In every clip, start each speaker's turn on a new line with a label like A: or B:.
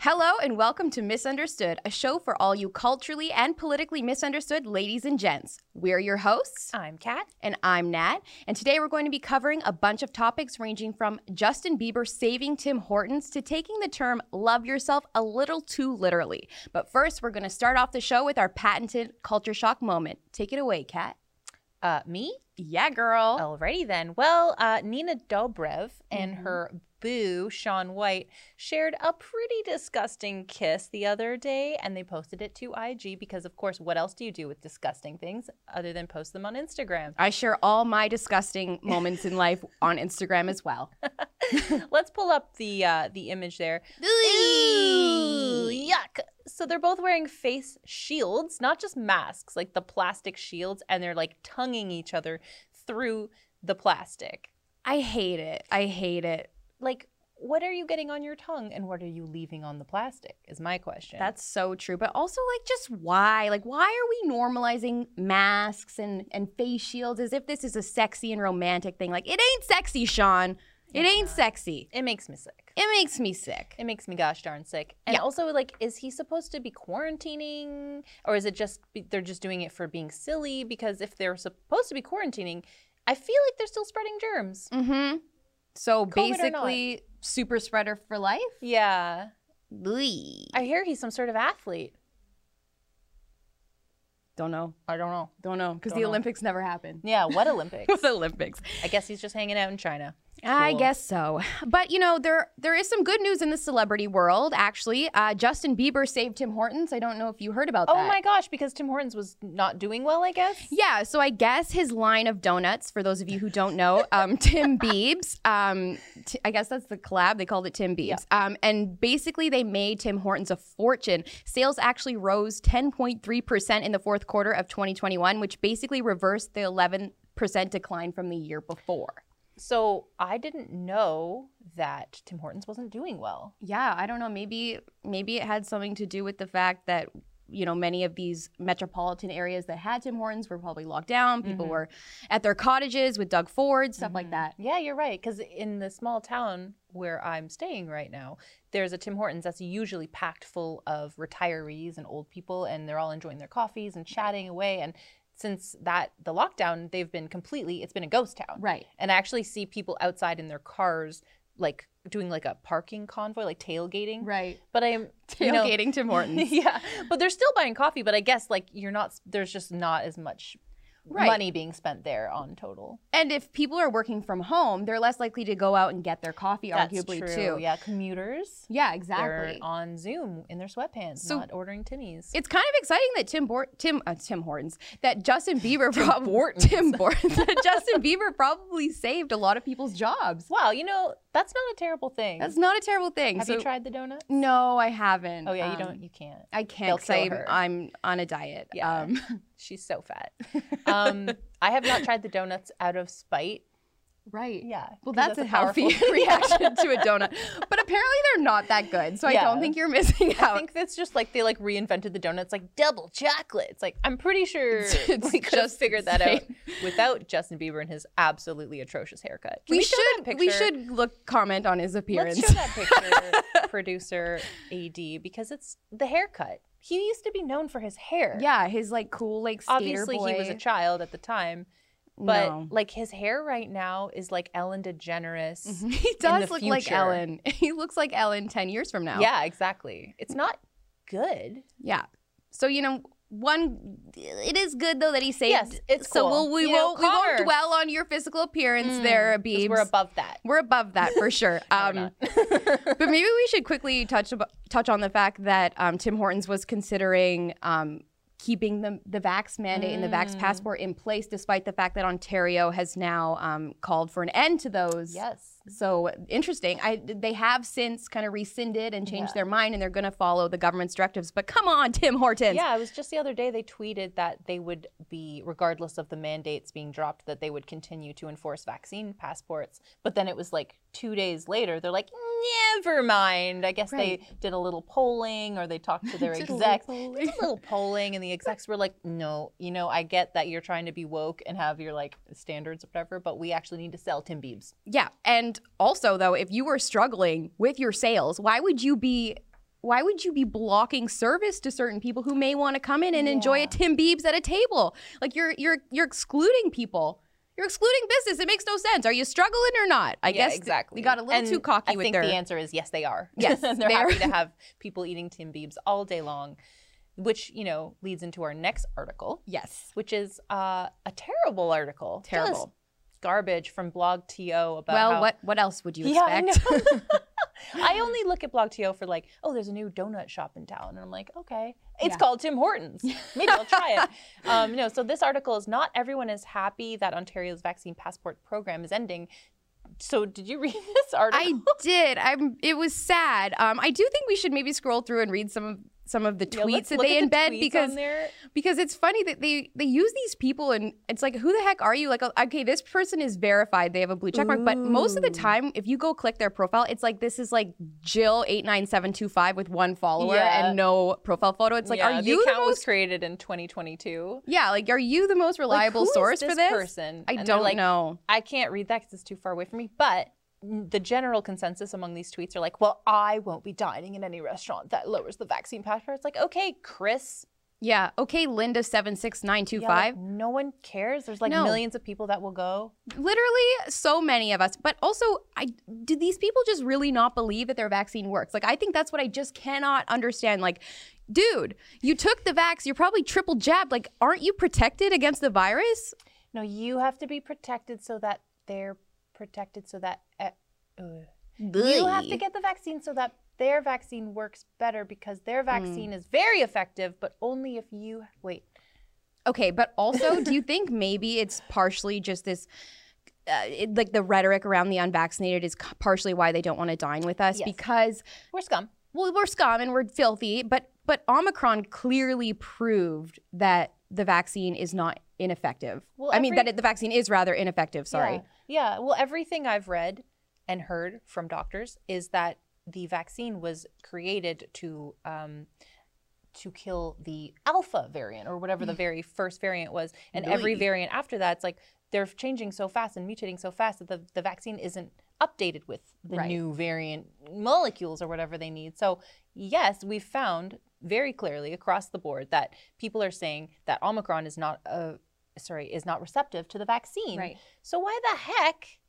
A: Hello and welcome to Misunderstood, a show for all you culturally and politically misunderstood ladies and gents. We're your hosts,
B: I'm Kat.
A: and I'm Nat, and today we're going to be covering a bunch of topics ranging from Justin Bieber saving Tim Hortons to taking the term love yourself a little too literally. But first, we're going to start off the show with our patented culture shock moment. Take it away, Kat. Oh.
B: Uh, me?
A: Yeah, girl.
B: Alrighty then. Well, uh, Nina Dobrev and her boo, Sean White, shared a pretty disgusting kiss the other day and they posted it to IG because, of course, what else do you do with disgusting things other than post them on Instagram?
A: I share all my disgusting moments in life on Instagram as well.
B: Let's pull up the uh, the image there. Ooh,
A: Ooh.
B: yuck. So they're both wearing face shields, not just masks, like the plastic shields, and they're like tonguing each other through the plastic.
A: I hate it. I hate it.
B: Like, what are you getting on your tongue and what are you leaving on the plastic? Is my question.
A: That's so true. But also, like, just why? Like, why are we normalizing masks and, and face shields as if this is a sexy and romantic thing? Like, it ain't sexy, Sean. It
B: It's
A: ain't
B: not.
A: sexy.
B: it makes me sick.
A: It makes me sick.
B: It makes me gosh darn sick. And
A: Yeah.
B: also, like, is he supposed to be quarantining, or is it just be- they're just doing it for being silly? Because if they're supposed to be quarantining, I feel like they're still spreading germs.
A: Mm-hmm. So
B: COVID or not.
A: basically, super spreader for life.
B: Yeah,
A: Bleep.
B: I hear he's some sort of athlete.
A: don't know.
B: I don't know.
A: Don't know. Because
B: Don't
A: the
B: know.
A: Olympics never happened.
B: Yeah, what Olympics?
A: the Olympics.
B: I guess he's just hanging out in China.
A: I
B: Cool.
A: guess so. But you know, there there is some good news in the celebrity world, actually. Uh, Justin Bieber saved Tim Hortons. I don't know if you heard about
B: Oh
A: that.
B: my gosh, because Tim Hortons was not doing well, I guess.
A: Yeah, so I guess his line of donuts, for those of you who don't know, um, Tim Biebs, um, t- I guess that's the collab. They called it Tim Biebs. Um, and basically, they made Tim Hortons a fortune. Sales actually rose 10.3% in the fourth quarter of 2021, which basically reversed the 11% decline from the year before.
B: So I didn't know that Tim Hortons wasn't doing well.
A: Yeah, I don't know. Maybe maybe it had something to do with the fact that you know many of these metropolitan areas that had Tim Hortons were probably locked down. People
B: Mhm.
A: were at their cottages with Doug Ford, stuff like
B: Mhm.
A: that.
B: Yeah, you're right. Because in the small town where I'm staying right now, there's a Tim Hortons that's usually packed full of retirees and old people, and they're all enjoying their coffees and chatting away. And since that the lockdown, they've been completely it's been a ghost town.
A: Right.
B: And I actually see people outside in their cars, like doing like a parking convoy, like tailgating.
A: Right.
B: But I'm you know-
A: Tailgating Tim Hortons.
B: yeah, but they're still buying coffee. But I guess like you're not. There's just not as much
A: Right.
B: money being spent there on total.
A: And if people are working from home, they're less likely to go out and get their coffee arguably too.
B: Yeah, commuters.
A: Yeah,
B: They're
A: exactly.
B: on Zoom in their sweatpants,
A: So-
B: not ordering tinnies.
A: It's kind of exciting that Tim Bor- Tim uh, Tim Hortons that Justin Bieber prob- Tim Hortons that Justin Bieber probably saved a lot of people's jobs.
B: wow, you know that's not a terrible thing.
A: That's not a terrible thing.
B: Have
A: So-
B: you tried the donut?
A: No, I haven't.
B: Oh yeah, you
A: Um,
B: don't. You can't.
A: I
B: They'll
A: can't
B: kill
A: say
B: her.
A: I'm on a diet.
B: Yeah.
A: Um,
B: She's so fat. Um, I have not tried the donuts out of spite.
A: right.
B: Yeah.
A: Well,
B: 'cause
A: that's, a
B: powerful-
A: healthy reaction to a donut. But apparently they're not that good, so I
B: Yeah.
A: don't think you're missing
B: I
A: out.
B: think that's just like they like reinvented the donuts, like double chocolate. It's like I'm pretty sure
A: It's
B: we could have
A: just
B: figured that out
A: insane.
B: without Justin Bieber and his absolutely atrocious haircut. Can
A: we,
B: show that
A: should we
B: picture?
A: should look comment on his appearance.
B: let's show that picture, producer AD, because it's the haircut. He used to be known for his hair.
A: yeah, his like cool like skater
B: obviously he was a
A: boy-
B: child at the time, but
A: No.
B: like his hair right now is like Ellen DeGeneres.
A: he does
B: the
A: look like
B: future.
A: Ellen. He looks like Ellen ten years from now.
B: Yeah, exactly. It's not good.
A: yeah. So you know, one, it is good though that he saved.
B: Yes, it's
A: so
B: cool.
A: we'll, we
B: You know,
A: won't we won't
B: commerce.
A: dwell on your physical appearance
B: Mm,
A: there,
B: 'cause
A: Beebs.
B: We're above that.
A: We're above that for sure.
B: Um,
A: Um, but maybe we should quickly touch abo- touch on the fact that um, Tim Hortons was considering um, keeping the the vax mandate and the vax
B: Mm.
A: passport in place, despite the fact that Ontario has now um, called for an end to those.
B: yes.
A: So interesting. I they have since kind of rescinded and changed
B: Yeah.
A: their mind, and they're going to follow the government's directives. But come on, Tim Hortons.
B: Yeah, it was just the other day they tweeted that they would be, regardless of the mandates being dropped, that they would continue to enforce vaccine passports. But then it was like two days later, they're like, never mind. I guess they did a little polling or they talked to their
A: Did a little
B: execs.
A: polling.
B: They did a little polling, and the execs were like, no, you know, I get that you're trying to be woke and have your like standards or whatever, but we actually need to sell Tim Biebs.
A: Yeah. And also, though, if you were struggling with your sales, why would you be why would you be blocking service to certain people who may want to come in and enjoy
B: Yeah.
A: a Tim Biebs at a table? Like you're you're you're excluding people. You're excluding business. It makes no sense. Are you struggling or not? I
B: Yeah,
A: guess th-
B: exactly.
A: They got a little
B: And
A: too cocky
B: I
A: with
B: think
A: their.
B: the answer is yes, they are.
A: Yes,
B: they're
A: they are.
B: happy to have people eating Tim Biebs all day long, which you know leads into our next article,
A: yes.
B: which is uh, a terrible article, Just
A: Terrible.
B: garbage from Blog To about
A: well,
B: how-
A: what what else would you
B: Yeah, I
A: expect?
B: know. I only look at BlogTO for like, oh, there's a new donut shop in town, and I'm like, okay, it's
A: Yeah.
B: called Tim Hortons. Maybe I'll try it. Um, no, so this article is not everyone is happy that Ontario's vaccine passport program is ending. So did you read this article?
A: I did. I'm. It was sad. Um, I do think we should maybe scroll through and read some of some of the
B: Yeah,
A: tweets
B: let's
A: that
B: look
A: they
B: at the
A: embed
B: tweets
A: because
B: on there.
A: because it's funny that they they use these people and it's like who the heck are you like oh, okay this person is verified they have a blue check mark but most of the
B: Ooh.
A: time if you go click their profile it's like this is like jill 89725 with one follower
B: Yeah.
A: and no profile photo it's like
B: Yeah,
A: are
B: the
A: you the
B: account
A: most
B: was created in 2022?
A: yeah like are you the most
B: Like,
A: reliable
B: who is
A: source for this
B: person?
A: i
B: And they're
A: don't
B: like,
A: know
B: I can't read that because it's too far away from me. But the general consensus among these tweets are like, well, I won't be dining in any restaurant that lowers the vaccine passport. It's like, okay, Chris.
A: yeah okay linda
B: yeah,
A: 76925
B: like, no one cares. There's like
A: No.
B: millions of people that will go.
A: literally so many of us but also i do these people just really not believe that their vaccine works like i think that's what i just cannot understand like dude you took the vax you're probably triple jabbed like aren't you protected against the virus
B: No, you have to be protected so that they're protected so that uh, ugh. you have to get the vaccine so that their vaccine works better because their vaccine is very effective, but only if you wait.
A: okay but also do you think maybe it's partially just this uh, it, like the rhetoric around the unvaccinated is c- partially why they don't want to dine with us
B: Yes.
A: because
B: We're scum.
A: well, we're scum and we're filthy, but but Omicron clearly proved that the vaccine is not ineffective.
B: Well,
A: I mean
B: every-
A: that it, the vaccine is rather ineffective. Sorry.
B: Yeah. yeah. Well, everything I've read and heard from doctors is that the vaccine was created to um, to kill the alpha variant or whatever the very first variant was, and every
A: Mm. Really?
B: variant after that, it's like they're changing so fast and mutating so fast that the, the vaccine isn't updated with the
A: Right.
B: new variant molecules or whatever they need. So yes, we've found very clearly across the board that people are saying that Omicron is not a sorry is not receptive to the vaccine. So why the heck?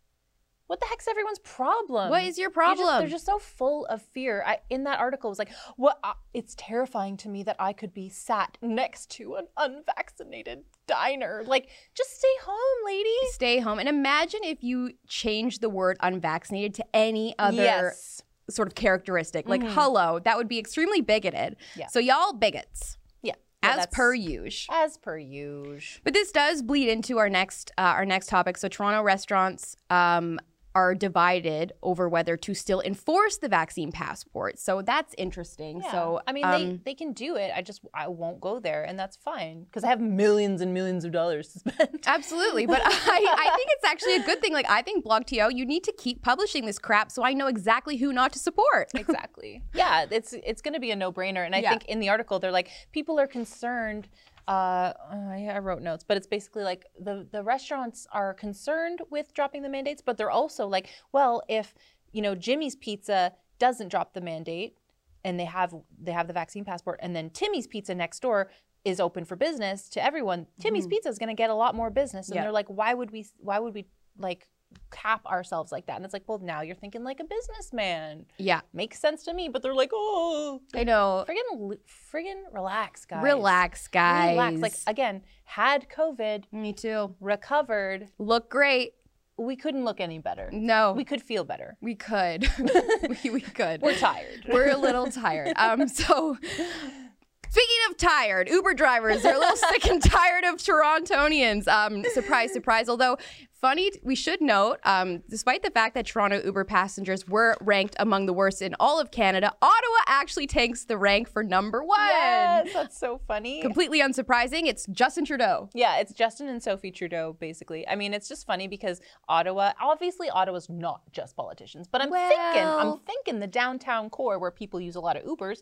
B: What the heck's everyone's problem?
A: What is your
B: You just-
A: problem?
B: they're Um, just so full of fear. I, in that article, it was like, "What? I it's terrifying to me that I could be sat next to an unvaccinated diner. Like, just stay home, ladies."
A: Stay home and imagine if you change the word unvaccinated to any other
B: yes.
A: sort of characteristic. Like
B: Mhm.
A: hello, that would be extremely bigoted.
B: Yeah.
A: So y'all bigots,
B: Yeah. Well,
A: as
B: that's-
A: per usual.
B: as per usual.
A: But this does bleed into our next uh, our next topic. So Toronto restaurants um, are divided over whether to still enforce the vaccine passport. So that's interesting.
B: Yeah.
A: So
B: I mean, they,
A: um,
B: they can do it. I just I won't go there, and that's fine because I have millions and millions of dollars to spend.
A: absolutely. But I, I think it's actually a good thing. Like I think BlogTO, you need to keep publishing this crap so I know exactly who not to support.
B: exactly yeah it's it's going to be a no-brainer and i
A: Yeah.
B: think in the article they're like people are concerned uh, I, I wrote notes, but it's basically like the the restaurants are concerned with dropping the mandates, but they're also like, well, if you know Jimmy's Pizza doesn't drop the mandate, and they have they have the vaccine passport, and then Timmy's Pizza next door is open for business to everyone, Timmy's Pizza is going to get a lot more business,
A: Mm-hmm.
B: and
A: Yeah.
B: they're like, why would we? Why would we like? cap ourselves like that and it's like well now you're thinking like a businessman
A: Yeah,
B: makes sense to me, but they're like, oh,
A: I know.
B: friggin', li- friggin' relax, guys.
A: Relax, guys.
B: Relax. Like, uh, again, had COVID,
A: me too.
B: recovered,
A: Look great.
B: we couldn't look any better.
A: No,
B: We
A: we,
B: could feel better.
A: could. we, we could.
B: We're tired.
A: We're a little tired. Um, so speaking of tired, Uber drivers are a little sick and tired of Torontonians. Um, surprise, surprise. Although funny, we should note, um, despite the fact that Toronto Uber passengers were ranked among the worst in all of Canada, Ottawa actually tanks the rank for number one.
B: yes, that's so funny.
A: Completely unsurprising, it's Justin Trudeau.
B: Yeah, it's Justin and Sophie Trudeau, basically. I mean, it's just funny because Ottawa, obviously, Ottawa's not just politicians, but I'm thinking,
A: Well-
B: I'm thinking the downtown core where people use a lot of Ubers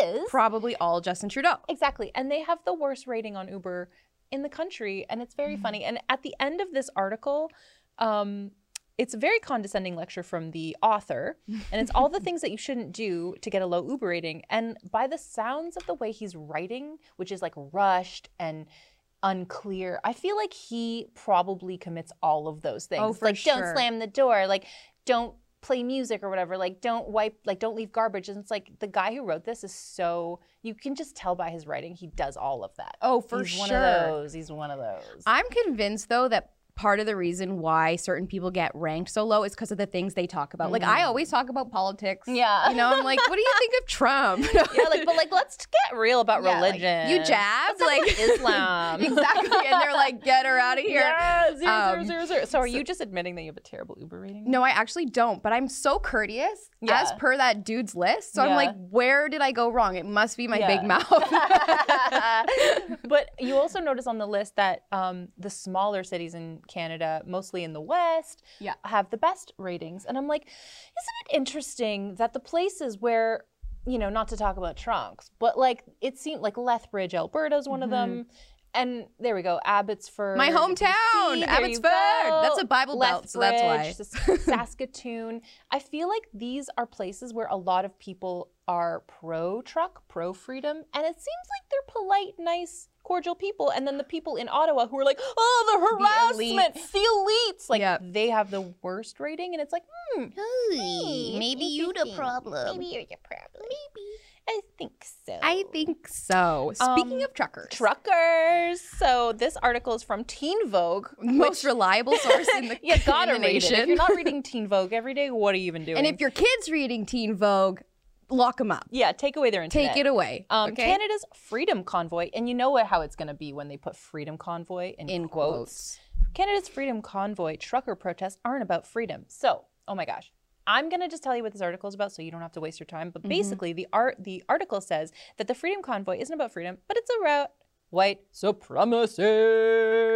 B: is
A: Probably all Justin Trudeau.
B: Exactly. And they have the worst rating on
A: Mm-hmm.
B: Uber in the country. And it's very funny. And at the end of this article, um, it's a very condescending lecture from the author, and it's all the things that you shouldn't do to get a low Uber rating. And by the sounds of the way he's writing, which is like rushed and unclear, I feel like he probably commits all of those things.
A: Oh, for
B: like
A: sure.
B: don't slam the door, like don't play music or whatever, like don't wipe, like don't leave garbage. And it's like the guy who wrote this is so you can just tell by his writing he does all of that.
A: Oh, for
B: he's
A: sure.
B: one of those. He's one of those.
A: I'm convinced though that part of the reason why certain people get ranked so low is because of the things they talk about. Like I always talk about politics.
B: Mm-hmm. Yeah.
A: You know, I'm like, what do you think of Trump?
B: yeah, like but like let's get real about
A: Yeah, like,
B: religion.
A: you jab
B: Let's talk
A: like
B: about Islam.
A: exactly. And they're like, get her out of here.
B: Yeah, zero,
A: Um,
B: zero, zero, zero. So are you just admitting that you have a terrible Uber rating?
A: No, I actually don't, but I'm so courteous
B: Yeah.
A: as per that dude's list. So I'm
B: Yeah.
A: like, where did I go wrong? It must be my
B: Yeah.
A: big mouth.
B: but you also notice on the list that um, the smaller cities in Canada, mostly in the West,
A: Yeah.
B: have the best ratings. And I'm like, isn't it interesting that the places where, you know, not to talk about trunks, but like it seemed like Lethbridge, Alberta is one of them. And there we go, Abbotsford.
A: Mm-hmm. My hometown,
B: BC, there you
A: Abbotsford.
B: go.
A: That's a Bible Belt, so that's why.
B: Lethbridge, Saskatoon. I feel like these are places where a lot of people are pro truck, pro freedom, and it seems like they're polite, nice, cordial people. And then the people in Ottawa who are like, oh, the
A: The elites.
B: harassment, the elites, like
A: Yep.
B: they have the worst rating, and it's like, hmm,
A: Hey, maybe you the problem.
B: maybe you're your problem. Maybe I think so.
A: Um, I think so. Speaking
B: Um,
A: of truckers,
B: truckers. So this article is from Teen Vogue.
A: most reliable source in the,
B: You gotta
A: in the
B: read
A: nation.
B: it. If you're not reading Teen Vogue every day, what are you even doing?
A: and if your kid's reading Teen Vogue, lock them up.
B: yeah, take away their internet.
A: Take it away.
B: Um,
A: okay?
B: Canada's Freedom Convoy, and you know what, how it's going to be when they put Freedom Convoy in,
A: in
B: quotes.
A: quotes.
B: Canada's Freedom Convoy trucker protests aren't about freedom. So, oh my gosh. I'm going to just tell you what this article is about so you don't have to waste your time.
A: Mm-hmm.
B: But basically, the art the article says that the Freedom Convoy isn't about freedom, but it's about white supremacy.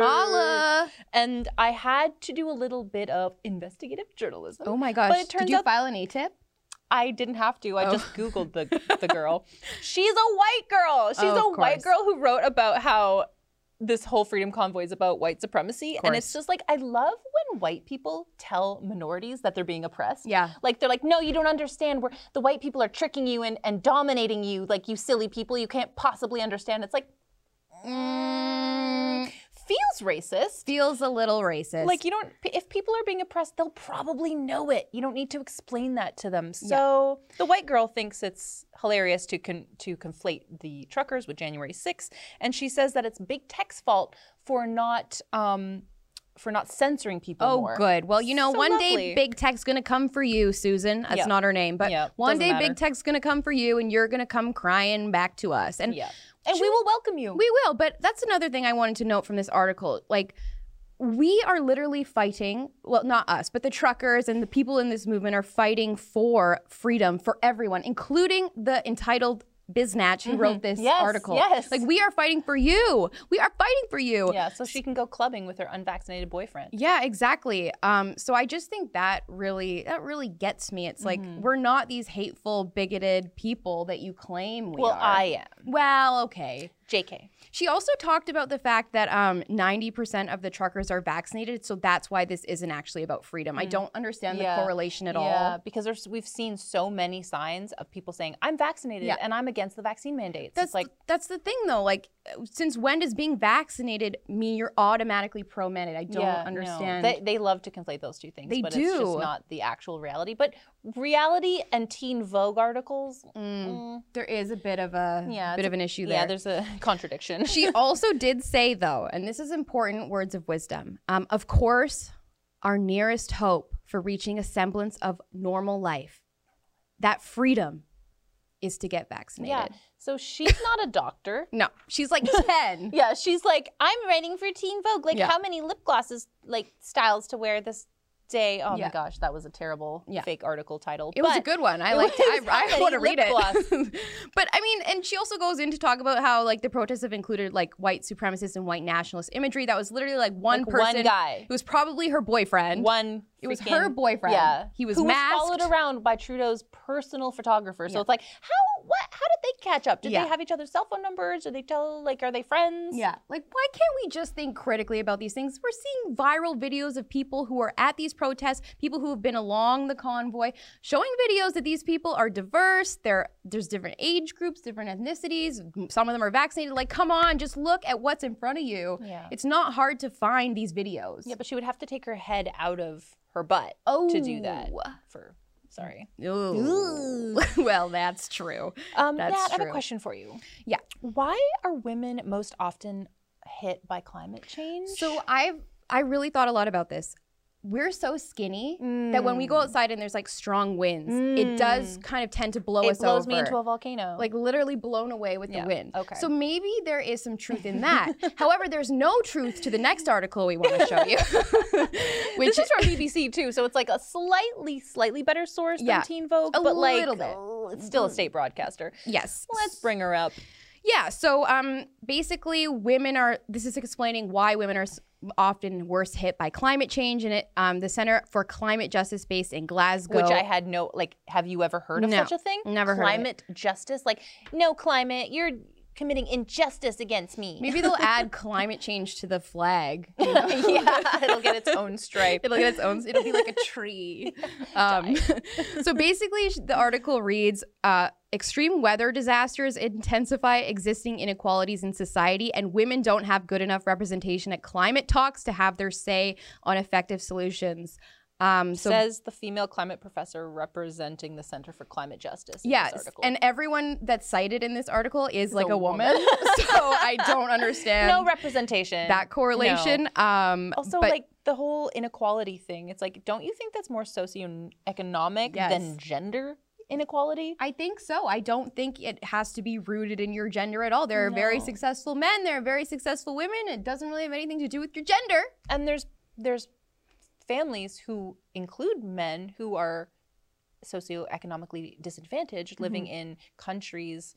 A: Holla.
B: And I had to do a little bit of investigative journalism.
A: Oh my gosh.
B: it turns
A: Did you
B: out-
A: file an ATIP?
B: I didn't have to. I
A: Oh.
B: just Googled the, the girl. She's a white girl. She's
A: Oh, of
B: a white
A: course.
B: girl who wrote about how this whole freedom convoy is about white supremacy. And it's
A: course.
B: just like, I love when white people tell minorities that they're being oppressed.
A: Yeah.
B: Like they're like, no, you don't understand. Where the white people are tricking you and, and dominating you. Like you silly people, you can't possibly understand. It's like
A: Mm,
B: feels racist.
A: feels a little racist.
B: Like you don't. If people are being oppressed, they'll probably know it. You don't need to explain that to them. So the white girl thinks it's hilarious to con- to conflate the truckers with January 6th, and she says that it's big tech's fault for not um, for not censoring people.
A: Oh,
B: more.
A: good. Well, you know,
B: So
A: one
B: lovely.
A: day Big Tech's gonna come for you, Susan. That's
B: Yeah.
A: not her name, but
B: Yeah,
A: one
B: doesn't
A: day
B: matter.
A: Big Tech's gonna come for you, and you're gonna come crying back to us. And
B: Yeah, and we will welcome you.
A: we will. But that's another thing I wanted to note from this article. Like, we are literally fighting. Well, not us, but the truckers and the people in this movement are fighting for freedom for everyone, including the entitled. Biznatch, who wrote this
B: Mm-hmm. Yes,
A: article.
B: yes.
A: Like, we are fighting for you. We are fighting for you.
B: yeah, so she can go clubbing with her unvaccinated boyfriend.
A: Yeah, exactly. Um, so I just think that really that really gets me. It's like
B: Mm-hmm.
A: we're not these hateful, bigoted people that you claim we
B: well,
A: are.
B: I am.
A: well, okay.
B: Jk.
A: She also talked about the fact that um, 90% of the truckers are vaccinated, so that's why this isn't actually about freedom. I don't understand
B: Mm. Yeah.
A: the correlation at
B: Yeah,
A: all.
B: because there's, we've seen so many signs of people saying, "I'm vaccinated
A: Yeah.
B: and I'm against the vaccine mandates."
A: That's
B: it's like,
A: that's the thing though. Like, since when does being vaccinated mean you're automatically pro-med? I don't
B: Yeah, no.
A: understand.
B: They, they love to conflate those two things,
A: They
B: but it's
A: do.
B: just not the actual reality. But reality and Teen Vogue articles,
A: Mm,
B: mm,
A: there is a bit of a
B: Yeah,
A: bit
B: it's
A: of an issue there.
B: yeah, there's a contradiction.
A: she also did say though and this is important words of wisdom um, of course our nearest hope for reaching a semblance of normal life that freedom is to get vaccinated
B: yeah, so she's not a doctor.
A: no she's like 10
B: Yeah, she's like, I'm writing for Teen Vogue. Like,
A: Yeah.
B: how many lip glosses, like styles to wear this day? Oh
A: Yeah.
B: my gosh, that was a terrible
A: Yeah.
B: fake article title.
A: it was a
B: But-
A: good one i
B: it
A: like i,
B: was
A: I
B: funny.
A: want to read
B: Lip
A: it
B: gloss.
A: but i mean and she also goes in to talk about how like the protests have included like white supremacist and white nationalist imagery that was literally like one
B: Like,
A: person
B: one guy.
A: it was probably her boyfriend
B: one.
A: It was
B: freaking-
A: her boyfriend.
B: Yeah,
A: He was
B: who
A: masked.
B: was followed around by Trudeau's personal photographer. So
A: Yeah.
B: it's like, how? What? How did they catch up? Did
A: Yeah.
B: they have each other's cell phone numbers? Did they tell like are they friends?
A: Yeah. Like, why can't we just think critically about these things? We're seeing viral videos of people who are at these protests, people who have been along the convoy, showing videos that these people are diverse. There, there's different age groups, different ethnicities. Some of them are vaccinated. Like, come on, just look at what's in front of you.
B: Yeah.
A: It's not hard to find these videos.
B: Yeah, but she would have to take her head out of her butt to do that. For sorry.
A: Ooh. well, that's true.
B: Um,
A: That's
B: Nat, I have
A: true.
B: a question for you.
A: Yeah.
B: Why are women most often hit by climate change?
A: So I've I really thought a lot about this. We're so skinny that when we
B: Mm.
A: go outside and there's like strong winds, it does kind of tend to blow
B: it
A: us
B: blows
A: over.
B: me into a volcano.
A: like literally blown away with
B: Yeah,
A: the wind.
B: okay.
A: So maybe there is some truth in that. However, there's no truth to the next article we want to show you.
B: which is from BBC too, so it's like a slightly, slightly better source
A: Yeah.
B: than Teen Vogue,
A: A
B: but like
A: little bit.
B: oh, it's still a state broadcaster.
A: yes.
B: Let's bring her up.
A: Yeah. So um, basically, women are. This is explaining why women are s- often worse hit by climate change. And it, um, the Center for Climate Justice, based in Glasgow,
B: Which I had no like. Have you ever heard of
A: No,
B: such a thing?
A: never heard of it.
B: Climate justice, like no climate. You're committing injustice against me.
A: maybe they'll add climate change to the flag. you know?
B: yeah, it'll get its own stripe.
A: It'll get its own. It'll be like a tree. Um, so basically, sh- the article reads: uh, Extreme weather disasters intensify existing inequalities in society, and women don't have good enough representation at climate talks to have their say on effective solutions. Um, so
B: says the female climate professor representing the Center for Climate Justice. In this
A: yes,
B: article.
A: and everyone that's cited in this article is, like
B: a
A: a woman. so I don't understand
B: no representation.
A: that correlation. Um,
B: Also,
A: but-
B: like the whole inequality thing. It's like, don't you think that's more socioeconomic
A: Yes.
B: than gender inequality?
A: I think so. I don't think it has to be rooted in your gender at all. There are very
B: No.
A: successful men, there are very successful women. It doesn't really have anything to do with your gender.
B: And there's there's families who include men who are socioeconomically disadvantaged,
A: Mm-hmm.
B: living in countries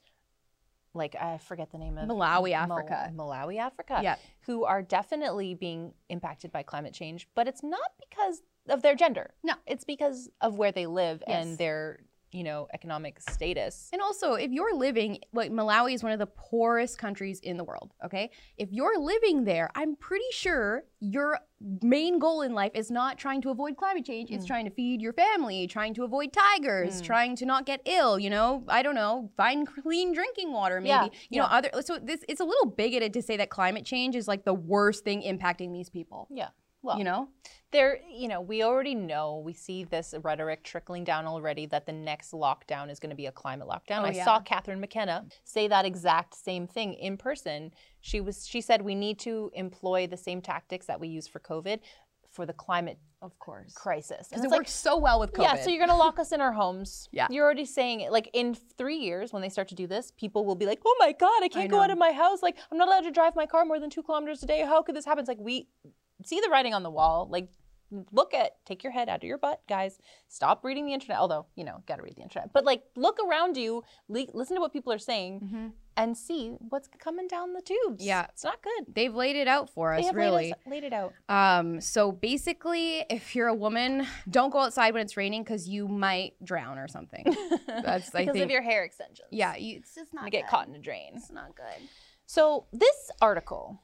B: like I forget the name of
A: Malawi,
B: Mal-
A: Africa.
B: Malawi, Africa.
A: Yep.
B: Who are definitely being impacted by climate change, but it's not because of their gender.
A: No.
B: It's because of where they live
A: Yes.
B: and their, you know, economic status.
A: And also, if you're living, like Malawi is one of the poorest countries in the world, okay? If you're living there, I'm pretty sure your main goal in life is not trying to avoid climate change,
B: Mm.
A: it's trying to feed your family, trying to avoid tigers, trying to not get ill, you know? I don't know, find clean drinking water maybe.
B: Yeah,
A: You know, other so this it's a little bigoted to say that climate change is like the worst thing impacting these people.
B: Yeah. Well,
A: you know?
B: there, you know, we already know, we see this rhetoric trickling down already that the next lockdown is going to be a climate lockdown.
A: Oh,
B: I
A: yeah.
B: saw Catherine McKenna say that exact same thing in person. She was she said we need to employ the same tactics that we use for COVID for the climate
A: Of course.
B: crisis.
A: Cuz
B: And
A: it
B: it's like,
A: works so well with COVID.
B: yeah, so you're going to lock us in our homes.
A: Yeah.
B: You're already saying it. Like in three years, when they start to do this, people will be like, oh my God, I can't go out
A: know.
B: of my house. Like, I'm not allowed to drive my car more than two kilometers a day. How could this happen? It's like, we see the writing on the wall. Like, look at, take your head out of your butt, guys. Stop reading the internet. Although, you know, got to read the internet. But like, look around you, le- listen to what people are saying,
A: Mm-hmm.
B: and see what's coming down the tubes.
A: Yeah.
B: It's not good.
A: They've laid it out for us,
B: They have laid us-
A: really.
B: laid it out.
A: Um, so basically, if you're a woman, don't go outside when it's raining because you might drown or something. That's I
B: because
A: think.
B: of your hair extensions.
A: yeah, you, it's just
B: I
A: not.
B: get
A: good.
B: caught in a drain.
A: It's not good.
B: So this article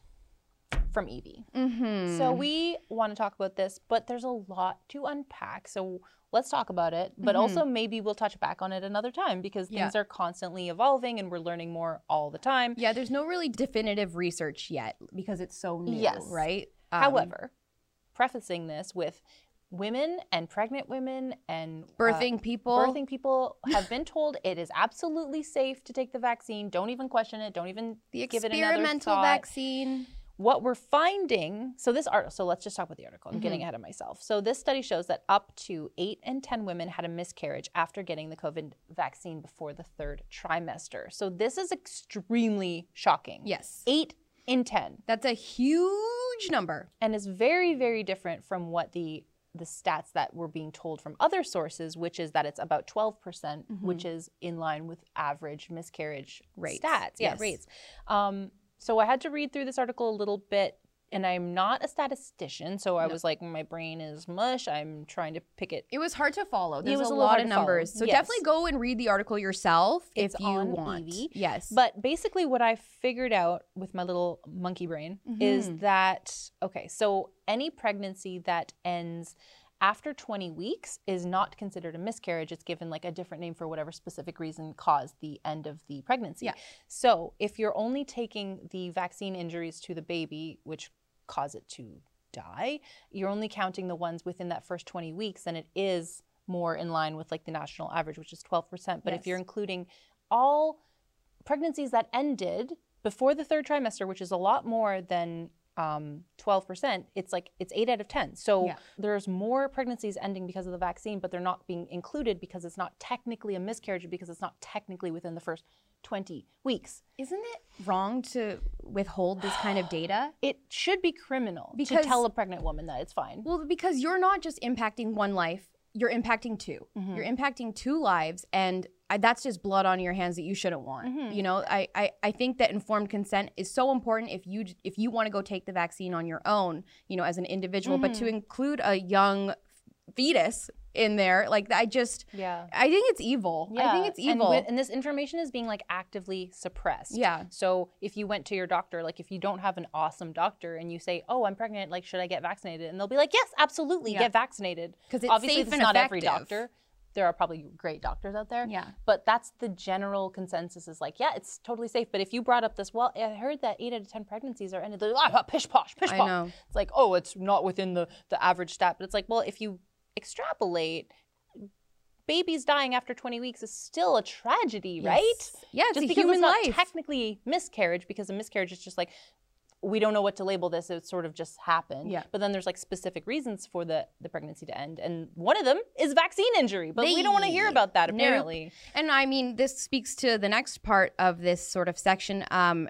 B: from Evie.
A: Mm-hmm.
B: So we want to talk about this, but there's a lot to unpack. So let's talk about it, but also maybe we'll touch back on it another time because
A: Mm-hmm. Yeah.
B: things are constantly evolving and we're learning more all the time.
A: yeah, there's no really definitive research yet because it's so new.
B: Yes.
A: Right. Um,
B: However, prefacing this with women and pregnant women and uh,
A: Um, birthing people.
B: birthing people have been told it is absolutely safe to take the vaccine. Don't even question it. Don't even
A: the
B: give it another
A: experimental
B: thought.
A: vaccine.
B: what we're finding so this article so let's just talk about the article i'm getting ahead of myself so this study shows that up to 8 and 10 women had a miscarriage after getting the covid vaccine before the third trimester so this is extremely shocking
A: Yes.
B: 8 in 10
A: That's a huge number.
B: and is very very different from what the the stats that were being told from other sources which is that it's about 12% percent which is in line with average miscarriage
A: Mm-hmm. Rates.
B: stats yeah
A: Yes.
B: rates um, so i had to read through this article a little bit and I'm not a statistician, so I
A: No.
B: was like, my brain is mush. I'm trying to pick it.
A: It was hard to follow. There's
B: was
A: a,
B: a little
A: lot
B: hard
A: of
B: to follow.
A: numbers. So
B: Yes.
A: definitely go and read the article yourself
B: It's
A: if you
B: on
A: want.
B: Evie.
A: Yes.
B: But basically, what I figured out with my little monkey brain is
A: Mhm.
B: that okay, so any pregnancy that ends after 20 weeks is not considered a miscarriage. It's given like a different name for whatever specific reason caused the end of the pregnancy.
A: Yeah.
B: So if you're only taking the vaccine injuries to the baby, which cause it to die, you're only counting the ones within that first 20 weeks, and it is more in line with like the national average, which is 12%. But
A: Yes.
B: if you're including all pregnancies that ended before the third trimester, which is a lot more than um, 12%, it's like it's eight out of 10. So
A: Yeah.
B: there's more pregnancies ending because of the vaccine, but they're not being included because it's not technically a miscarriage because it's not technically within the first 20 weeks.
A: isn't it wrong to withhold this kind of data?
B: It should be criminal
A: Because-
B: to tell a pregnant woman that it's fine.
A: Well, because you're not just impacting one life, you're impacting 2 you
B: Mm-hmm.
A: You're impacting two lives, and I, that's just blood on your hands that you shouldn't want.
B: Mm-hmm.
A: You know, I, I I think that informed consent is so important if you j- if you want to go take the vaccine on your own, you know, as an individual, but
B: Mm-hmm.
A: to include a young fetus in there, like I just
B: Yeah.
A: I think it's evil. I think it's
B: and
A: evil.
B: wi- And, this information is being like actively suppressed.
A: Yeah.
B: So if you went to your doctor, like if you don't have an awesome doctor and you say, "Oh, I'm pregnant, like should I get vaccinated?" and they'll be like, "Yes, absolutely,
A: Yeah.
B: get vaccinated."
A: 'Cause it's
B: obviously
A: safe
B: this is
A: and
B: not every
A: effective.
B: doctor. There are probably great doctors out there.
A: Yeah.
B: But that's the general consensus is like, yeah, it's totally safe. But if you brought up this, well, I heard that eight out of 10 pregnancies are ended. They're like, ah, pish posh, pish
A: I
B: posh.
A: know.
B: It's like, oh, it's not within the, the average stat. But it's like, well, if you extrapolate, babies dying after 20 weeks is still a tragedy, right?
A: Yes. Yeah, it's
B: just
A: a
B: because
A: human
B: it's not
A: life.
B: technically miscarriage, because a miscarriage is just like we don't know what to label this. It sort of just happened.
A: Yeah.
B: But then there's like specific reasons for the the pregnancy to end, and one of them is vaccine injury. But we don't want to hear
A: They-
B: about that
A: Nope.
B: apparently.
A: And I mean, this speaks to the next part of this sort of section. Um,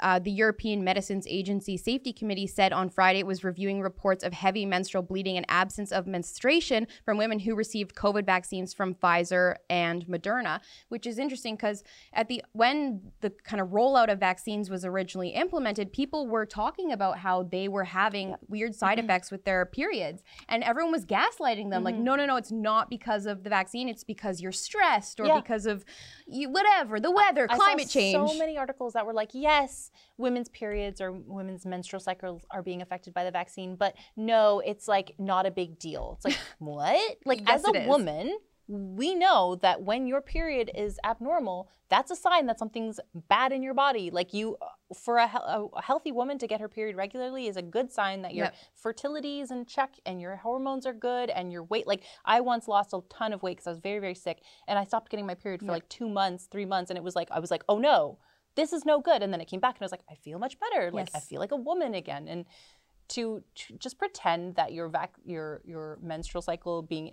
A: uh, the European Medicines Agency Safety Committee said on Friday it was reviewing reports of heavy menstrual bleeding and absence of menstruation from women who received COVID vaccines from Pfizer and Moderna, which is interesting because at the when the kind of rollout of vaccines was originally implemented, people were talking about how they were having weird side
B: Mm-hmm.
A: effects with their periods, and everyone was gaslighting them like, no, no, no, it's not because of the vaccine, it's because you're stressed or
B: Yeah.
A: because of you, whatever the weather,
B: I saw
A: climate change.
B: So many articles that were like, yes, women's periods or women's menstrual cycles are being affected by the vaccine, but no, it's like not a big deal. It's like, what? Like,
A: Yes,
B: as
A: it
B: a
A: is.
B: woman, we know that when your period is abnormal, that's a sign that something's bad in your body. Like, you, uh, for a, hel- a healthy woman to get her period regularly is a good sign that your
A: Yep.
B: fertility is in check and your hormones are good and your weight. Like, I once lost a ton of weight because I was very, very sick and I stopped getting my period for
A: Yeah.
B: like two months, three months, and it was like I was like, oh no, this is no good. And then it came back, and I was like, I feel much better. Like I
A: Yes.
B: feel like a woman again. And to, to just pretend that your vac your your menstrual cycle being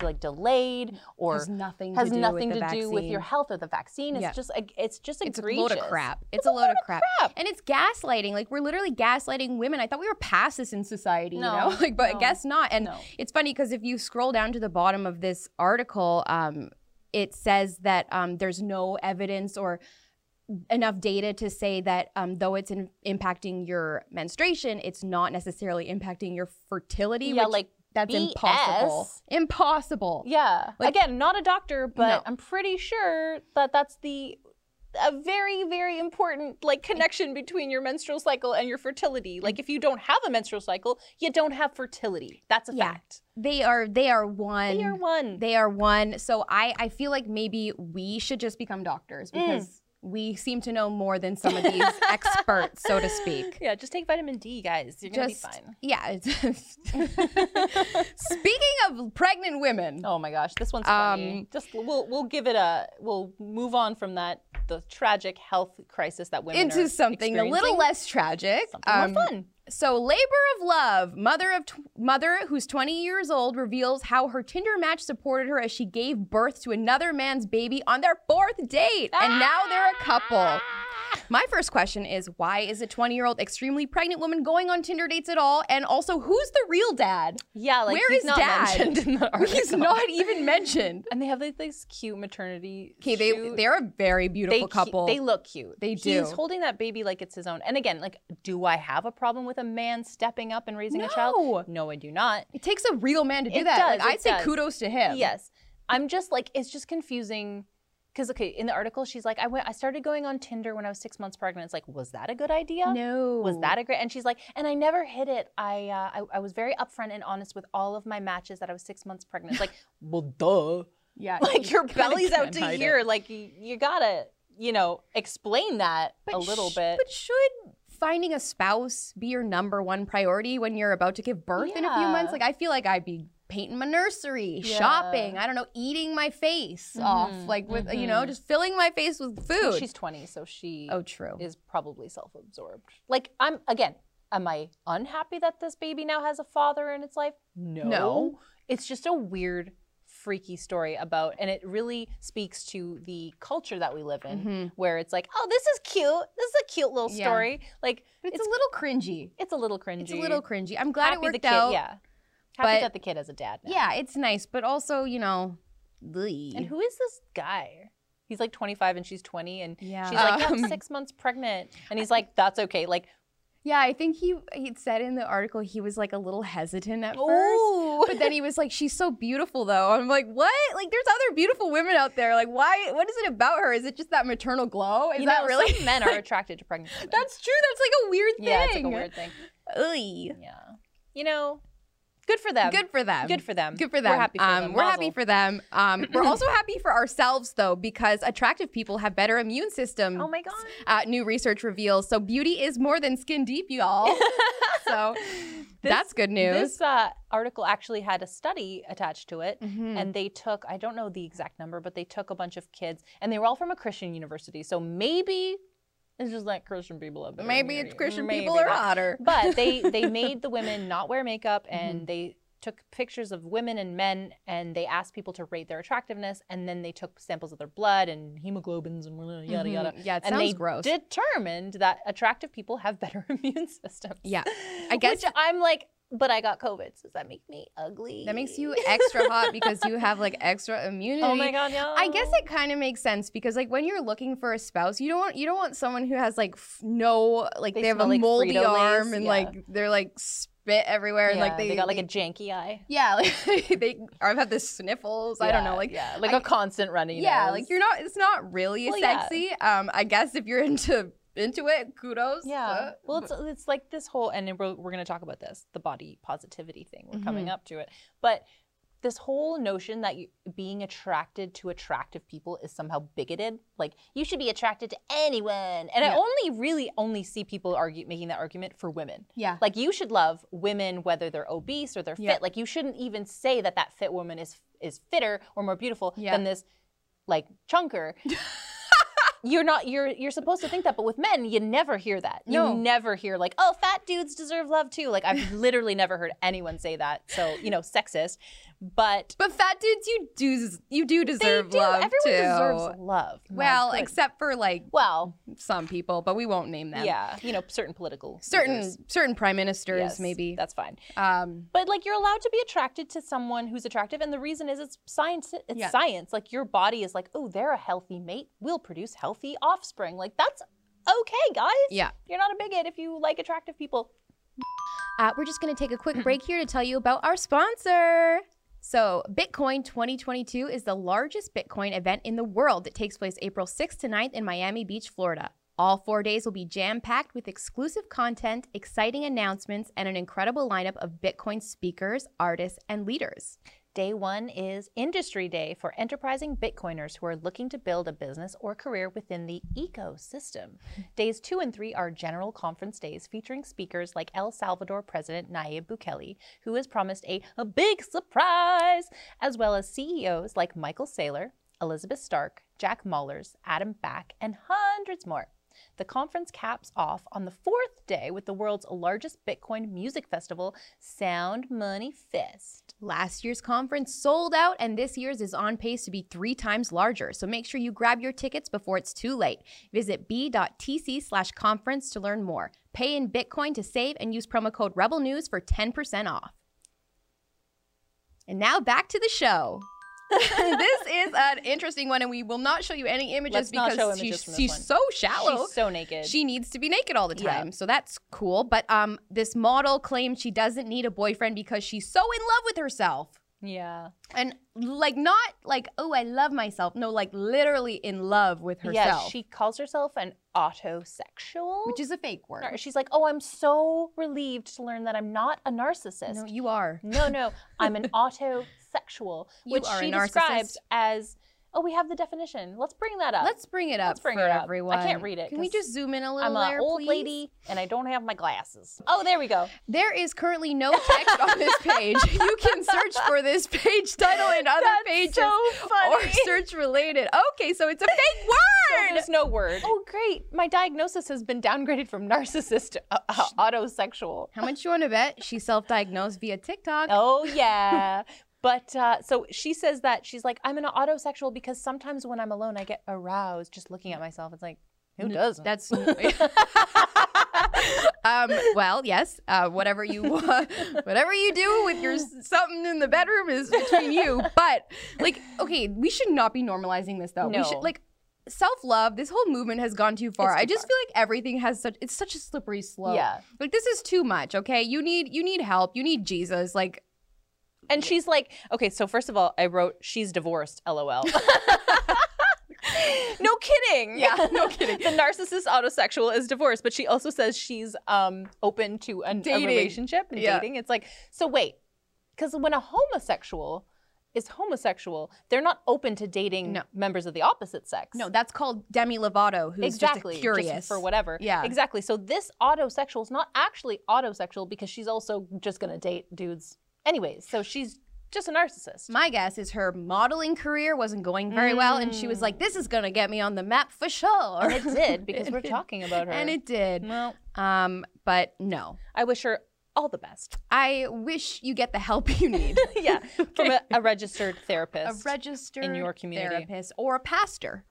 B: like delayed or
A: has nothing
B: has
A: to do
B: nothing
A: with
B: to
A: the
B: do with your
A: vaccine.
B: health or the vaccine. It's
A: Yeah.
B: just like it's just
A: It's
B: egregious.
A: a load of crap. It's, a load of crap.
B: crap.
A: And it's gaslighting. Like we're literally gaslighting women. I thought we were past this in society,
B: No,
A: you know? Like but I
B: no,
A: guess not. And
B: no.
A: it's funny because if you scroll down to the bottom of this article, um, it says that um, there's no evidence or enough data to say that um, though it's in- impacting your menstruation, it's not necessarily impacting your fertility.
B: Yeah,
A: which
B: like
A: that's
B: BS.
A: impossible. Impossible.
B: Yeah.
A: Like-
B: Again, not a doctor, but
A: No.
B: I'm pretty sure that that's the a very very important like connection between your menstrual cycle and your fertility.
A: Mm.
B: Like if you don't have a menstrual cycle, you don't have fertility. That's a
A: Yeah.
B: fact.
A: They are they are one
B: They are one.
A: They are one. So I, I feel like maybe we should just become doctors
B: Mm.
A: because we seem to know more than some of these experts, so to speak.
B: yeah, just take vitamin D, guys. You're going to be
A: Just
B: fine.
A: yeah. it's- Speaking of pregnant women,
B: Oh my gosh, this one's funny.
A: Um,
B: just we'll we'll give it a we'll move on from that the tragic health crisis that women are
A: into something a little
B: experiencing.
A: less tragic,
B: Something more
A: um,
B: fun.
A: So, labor of love, mother of tw- mother who's 20 years old reveals how her Tinder match supported her as she
B: Ah.
A: gave birth to another man's baby on their fourth date, and now they're a couple. My first question is why is a 20 year old extremely pregnant woman going on Tinder dates at all? And also, who's the real dad?
B: Yeah, like
A: Where
B: he's
A: is
B: not
A: dad?
B: mentioned in the article.
A: He's not even mentioned.
B: And they have like this cute maternity.
A: Okay, they,
B: shoot.
A: they're a very
B: They
A: beautiful
B: cu-
A: couple.
B: They look cute.
A: They
B: He's
A: do.
B: holding that baby like it's his own. And again, like, do I have a problem with a man stepping up and raising a
A: No.
B: child? No, I do not.
A: it takes a real man to do
B: It
A: that.
B: does,
A: like,
B: it
A: I'd say
B: does.
A: kudos to him.
B: Yes. I'm just like, it's just confusing. Because, okay, in the article, she's like, I went, I started going on Tinder when I was six months pregnant. It's like, was that a good idea?
A: No.
B: Was that a great? And she's like, and I never hid it. I, uh, I I was very upfront and honest with all of my matches that I was six months pregnant. It's like, well, duh.
A: Yeah.
B: Like your
A: kinda
B: belly's out
A: can't
B: to
A: hide it.
B: here. Like you, you gotta, you know, explain that a little
A: sh-
B: bit.
A: But should finding a spouse be your number one priority when you're about to give birth in a few
B: Yeah.
A: months? Like I feel like I'd be painting my nursery,
B: Yeah.
A: shopping, I don't know, eating my face off,
B: Mhm,
A: like with you know,
B: mhm.
A: just filling my face with
B: Well,
A: food.
B: She's 20, so she
A: oh, true.
B: is probably self-absorbed. Like I'm again, am I unhappy that this baby now has a father in its life? No.
A: No.
B: It's just a weird freaky story about and it really speaks to the culture that we live in
A: Mhm.
B: where it's like, "Oh, this is cute. This is a cute little
A: Yeah.
B: story." Like
A: But it's,
B: it's-
A: a little cringy.
B: it's a little cringy.
A: It's a little cringy. I'm glad
B: Happy
A: it
B: the
A: worked
B: kid,
A: out.
B: yeah.
A: but-
B: Happy that the kid has a dad now.
A: Yeah, it's nice, but also you know, bleh.
B: And who is this guy? He's like 25 and she's 20 and
A: Yeah.
B: she's like, yeah,
A: Um,
B: I'm six months pregnant. And he's like, that's okay. Like,
A: yeah, I think he he said in the article he was like a little hesitant at first.
B: oh,
A: But then he was like, "She's so beautiful, though." I'm like, "What? Like, there's other beautiful women out there. Like, why? What is it about her? Is it just that maternal glow? Is
B: you
A: that
B: know,
A: really?"
B: some men are attracted to pregnant women.
A: That's true. That's like a weird thing.
B: yeah, it's like a weird thing.
A: Oy.
B: Yeah. You know, good for them.
A: Good for them.
B: Good for them.
A: Good for them.
B: We're happy for
A: um,
B: them.
A: We're
B: Mazel.
A: happy for them. Um, we're also happy for ourselves though, because attractive people have better immune systems.
B: Oh my God.
A: Uh, new research reveals so beauty is more than skin deep, y'all. so
B: This-
A: that's good news.
B: This uh, article actually had a study attached to it.
A: Mhm.
B: And they took, I don't know the exact number, but they took a bunch of kids and they were all from a Christian university. So maybe it's just like Christian people have better
A: Maybe it's
B: immunity.
A: Christian
B: Maybe.
A: people are hotter.
B: but they they made the women not wear makeup and
A: Mm-hmm.
B: they took pictures of women and men and they asked people to rate their attractiveness and then they took samples of their blood and hemoglobins and yada yada yada
A: Mhm. Yeah, it
B: and
A: sounds
B: they
A: gross.
B: determined that attractive people have better immune systems
A: Yeah. I guess
B: which i'm like but i got covid so does that make me ugly
A: That makes you extra hot because you have like extra immunity.
B: oh my god yeah
A: I guess it kind of makes sense because like when you're looking for a spouse, you don't want you don't want someone who has like f- no like they,
B: They
A: have a
B: smell like
A: moldy
B: Frito-Lays,
A: arm and
B: yeah.
A: like they're like spit everywhere and like
B: Yeah,
A: they,
B: got like
A: they-
B: a janky eye
A: yeah like they or have the sniffles. I don't know
B: Yeah,
A: like
B: yeah like
A: I-
B: a constant running
A: yeah
B: nose.
A: like you're not it's not really
B: Well, yeah.
A: sexy. Um, I guess if you're into into it, kudos.
B: Yeah.
A: but-
B: well, it's it's like this whole, and then we're, we're going to talk about this the body positivity thing. We're coming
A: Mm-hmm.
B: up to it, but this whole notion that you, being attracted to attractive people is somehow bigoted. Like you should be attracted to anyone, and I
A: Yeah.
B: only really only see people argue making that argument for women.
A: yeah.
B: Like you should love women whether they're obese or they're
A: Yeah.
B: fit. Like you shouldn't even say that that fit woman is is fitter or more beautiful
A: Yeah.
B: than this like chunker. you're not you're you're supposed to think that, but with men you never hear that.
A: No.
B: You never hear like, "Oh, fat dudes deserve love too." Like I've literally never heard anyone say that. So, you know, sexist. But
A: But fat dudes, you do you do
B: they
A: deserve
B: do.
A: love
B: Everyone
A: too.
B: deserves love. My
A: well,
B: goodness.
A: except for like
B: well,
A: some people, but we won't name them.
B: yeah, you know, certain political
A: Certain
B: leaders.
A: certain prime ministers
B: Yes,
A: maybe.
B: That's fine.
A: Um
B: But like you're allowed to be attracted to someone who's attractive, and the reason is it's science. It's
A: Yeah.
B: science. Like your body is like, oh, they're a healthy mate. We'll produce healthy offspring. Like that's okay, guys.
A: yeah.
B: You're not a bigot if you like attractive people.
A: Uh, we're just going to take a quick break here to tell you about our sponsor. So, Bitcoin 2022 is the largest Bitcoin event in the world. It takes place April 6th to 9th in Miami Beach, Florida. All four days will be jam packed with exclusive content, exciting announcements, and an incredible lineup of Bitcoin speakers, artists, and leaders.
B: Day one is Industry Day for enterprising Bitcoiners who are looking to build a business or career within the ecosystem. Days two and three are general conference days featuring speakers like El Salvador President Nayib Bukele, who has promised a, a big surprise, as well as CEOs like Michael Saylor, Elizabeth Stark, Jack Maulers, Adam Back, and hundreds more. The conference caps off on the fourth day with the world's largest Bitcoin music festival, Sound Money Fest.
A: Last year's conference sold out, and this year's is on pace to be three times larger. So make sure you grab your tickets before it's too late. Visit b.tc slash conference to learn more. Pay in Bitcoin to save and use promo code Rebel News for 10% off. And now back to the show. this is an interesting one, and we will not show you any images
B: Let's not
A: because
B: show images
A: she's,
B: from this
A: she's
B: one.
A: so shallow.
B: She's so naked.
A: She needs to be naked all the
B: Yeah.
A: time. So that's cool. But um, this model claims she doesn't need a boyfriend because she's so in love with herself.
B: yeah.
A: And like not like, oh, I love myself. No, like literally in love with herself.
B: Yeah, she calls herself an autosexual.
A: which is a fake word.
B: Or She's like, oh, I'm so relieved to learn that I'm not a narcissist.
A: No, you are.
B: No, no, I'm an autosexual,
A: You
B: which
A: are a
B: she
A: narcissist.
B: describes as, oh, we have the definition. Let's bring that up.
A: Let's bring it up
B: Let's bring
A: for
B: it up. I
A: everyone.
B: can't read it
A: Can we
B: 'cause
A: just zoom in a little
B: I'm an
A: there,
B: old
A: please?
B: lady and I don't have my glasses. Oh, there we go.
A: There is currently no text on this page. You can search for this page title and other
B: That's
A: pages
B: so
A: or
B: funny.
A: search related. Okay, so it's a fake
B: So
A: word.
B: there's no word. Oh, great. My diagnosis has been downgraded from narcissist to uh, uh, autosexual.
A: How much you want to bet she self-diagnosed via TikTok?
B: Oh, yeah. But uh, so she says that she's like, I'm an autosexual because sometimes when I'm alone, I get aroused just looking at myself. It's like, who
A: N-
B: doesn't?
A: That's um, well, yes. Uh, whatever you wa- whatever you do with your s- something in the bedroom is between you. But like, okay, we should not be normalizing this though. We
B: No.
A: should like self love. This whole movement has gone too far.
B: It's too
A: I just
B: far.
A: feel like everything has such it's such a slippery slope.
B: Yeah.
A: Like this is too much. Okay, you need you need help. You need Jesus. Like
B: And she's like, okay, so first of all, I wrote, she's divorced, lol. no kidding.
A: yeah, no kidding.
B: The narcissist autosexual is divorced, but she also says she's um, open to an, a
A: Dating.
B: relationship and
A: Yeah.
B: dating. It's like, so wait, because when a homosexual is homosexual, they're not open to dating
A: No.
B: members of the opposite sex.
A: No, that's called Demi Lovato, who's
B: exactly
A: just a curious
B: for whatever
A: Yeah.
B: exactly so this autosexual is not actually autosexual because she's also just gonna date dudes anyways so she's just a narcissist
A: My guess is her modeling career wasn't going very well, and she was like, "This is gonna get me on the map for sure,"
B: Mm. and it Mm. did because we're
A: It did.
B: talking about her
A: and it did.
B: well
A: Um, but no,
B: i wish her all the best
A: I wish you get the help you need.
B: yeah from a, a registered
A: a
B: therapist
A: registered
B: In your community.
A: therapist or a pastor.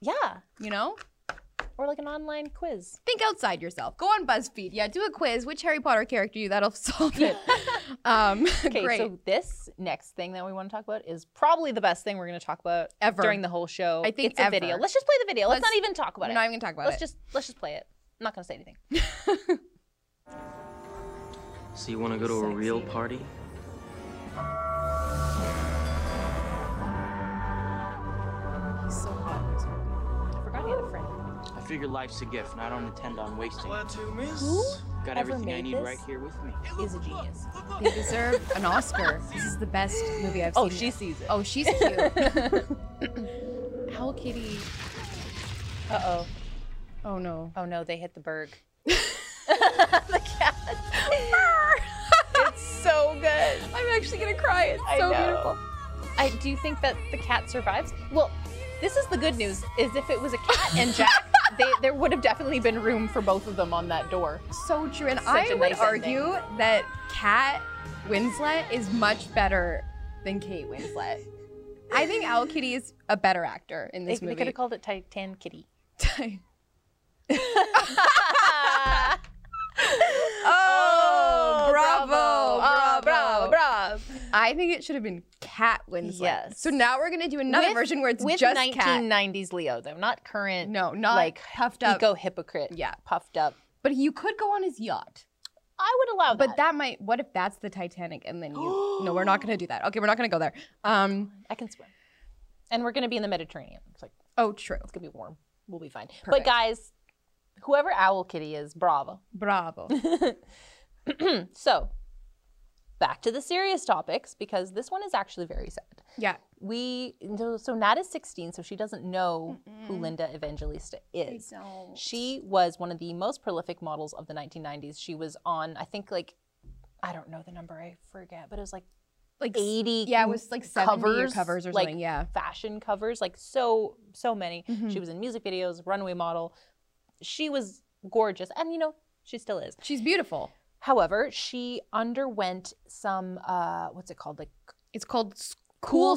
B: yeah
A: You know,
B: or like an online quiz
A: think outside yourself. Go on BuzzFeed. Yeah, do a quiz. Which Harry Potter character you? That'll solve it. um,
B: okay
A: great.
B: so this next thing that we want to talk about is probably the best thing we're going to talk about
A: Ever.
B: during the whole show
A: I think
B: it's a
A: ever.
B: video let's just play the video let's,
A: Let's-
B: not even talk about
A: we're
B: it
A: not even gonna talk about
B: let's
A: it.
B: just let's just play it i'm not going to say anything
C: So you want to go to a real party?
B: He's so hot. I forgot he had a friend.
C: I figure life's a gift, and I don't intend on wasting. it.
D: Glad to miss.
C: Got
B: ever
C: everything I
B: made
C: need
B: this?
C: right here with me.
B: He's a genius.
A: they deserve an Oscar. This is the best movie I've seen. yet.
B: sees it.
A: Oh, she's cute. Owl Kitty.
B: Uh oh.
A: Oh no.
B: Oh no, they hit the berg.
A: I'm
B: It's so good.
A: actually gonna cry. It's
B: I
A: so
B: know.
A: beautiful.
B: I do you think that the cat survives. Well, this is the good news. Is if it was a cat and Jack, they, there would have definitely been room for both of them on that door.
A: So true. And
B: Such
A: I
B: a
A: would
B: nice ending.
A: argue that Kat Winslet is much better than Kate Winslet. I think Owl Kitty is a better actor in
B: They,
A: this
B: they
A: movie.
B: could have called it Titan Kitty.
A: oh, bravo,
B: Oh,
A: bravo, bravo,
B: bravo.
A: I think it should have been Cat Winslet.
B: Yes.
A: So now we're gonna do another
B: With-
A: version where it's
B: with
A: just Kat.
B: 1990s Leo though, not current.
A: No, not
B: like
A: puffed up.
B: eco hypocrite.
A: Yeah.
B: puffed up.
A: But you could go on his yacht.
B: I would allow
A: But that might. What if that's the Titanic? And then you. no, we're not gonna do that. Okay, we're not gonna go there. Um.
B: I can swim, and we're gonna be in the Mediterranean. It's like
A: Oh, true.
B: it's gonna be warm. We'll be fine. But
A: Perfect.
B: guys, whoever Owl Kitty is, bravo.
A: Bravo.
B: So, back to the serious topics because this one is actually very sad.
A: yeah.
B: We so- so Nat is 16, so she doesn't know who Linda Evangelista is.
A: don't.
B: She was one of the most prolific models of the 1990s. She was on, I think, like I don't know the number, I forget, but it was like
A: Like s-
B: 80
A: Yeah, it was like seventy covers,
B: covers,
A: covers or
B: like,
A: something. Yeah. Mm-hmm.
B: fashion covers, like so so many. She was in music videos, runway model, she was gorgeous, and you know she still is.
A: She's beautiful.
B: However, she underwent some uh, what's it called? Like
A: It's called s-
B: Cool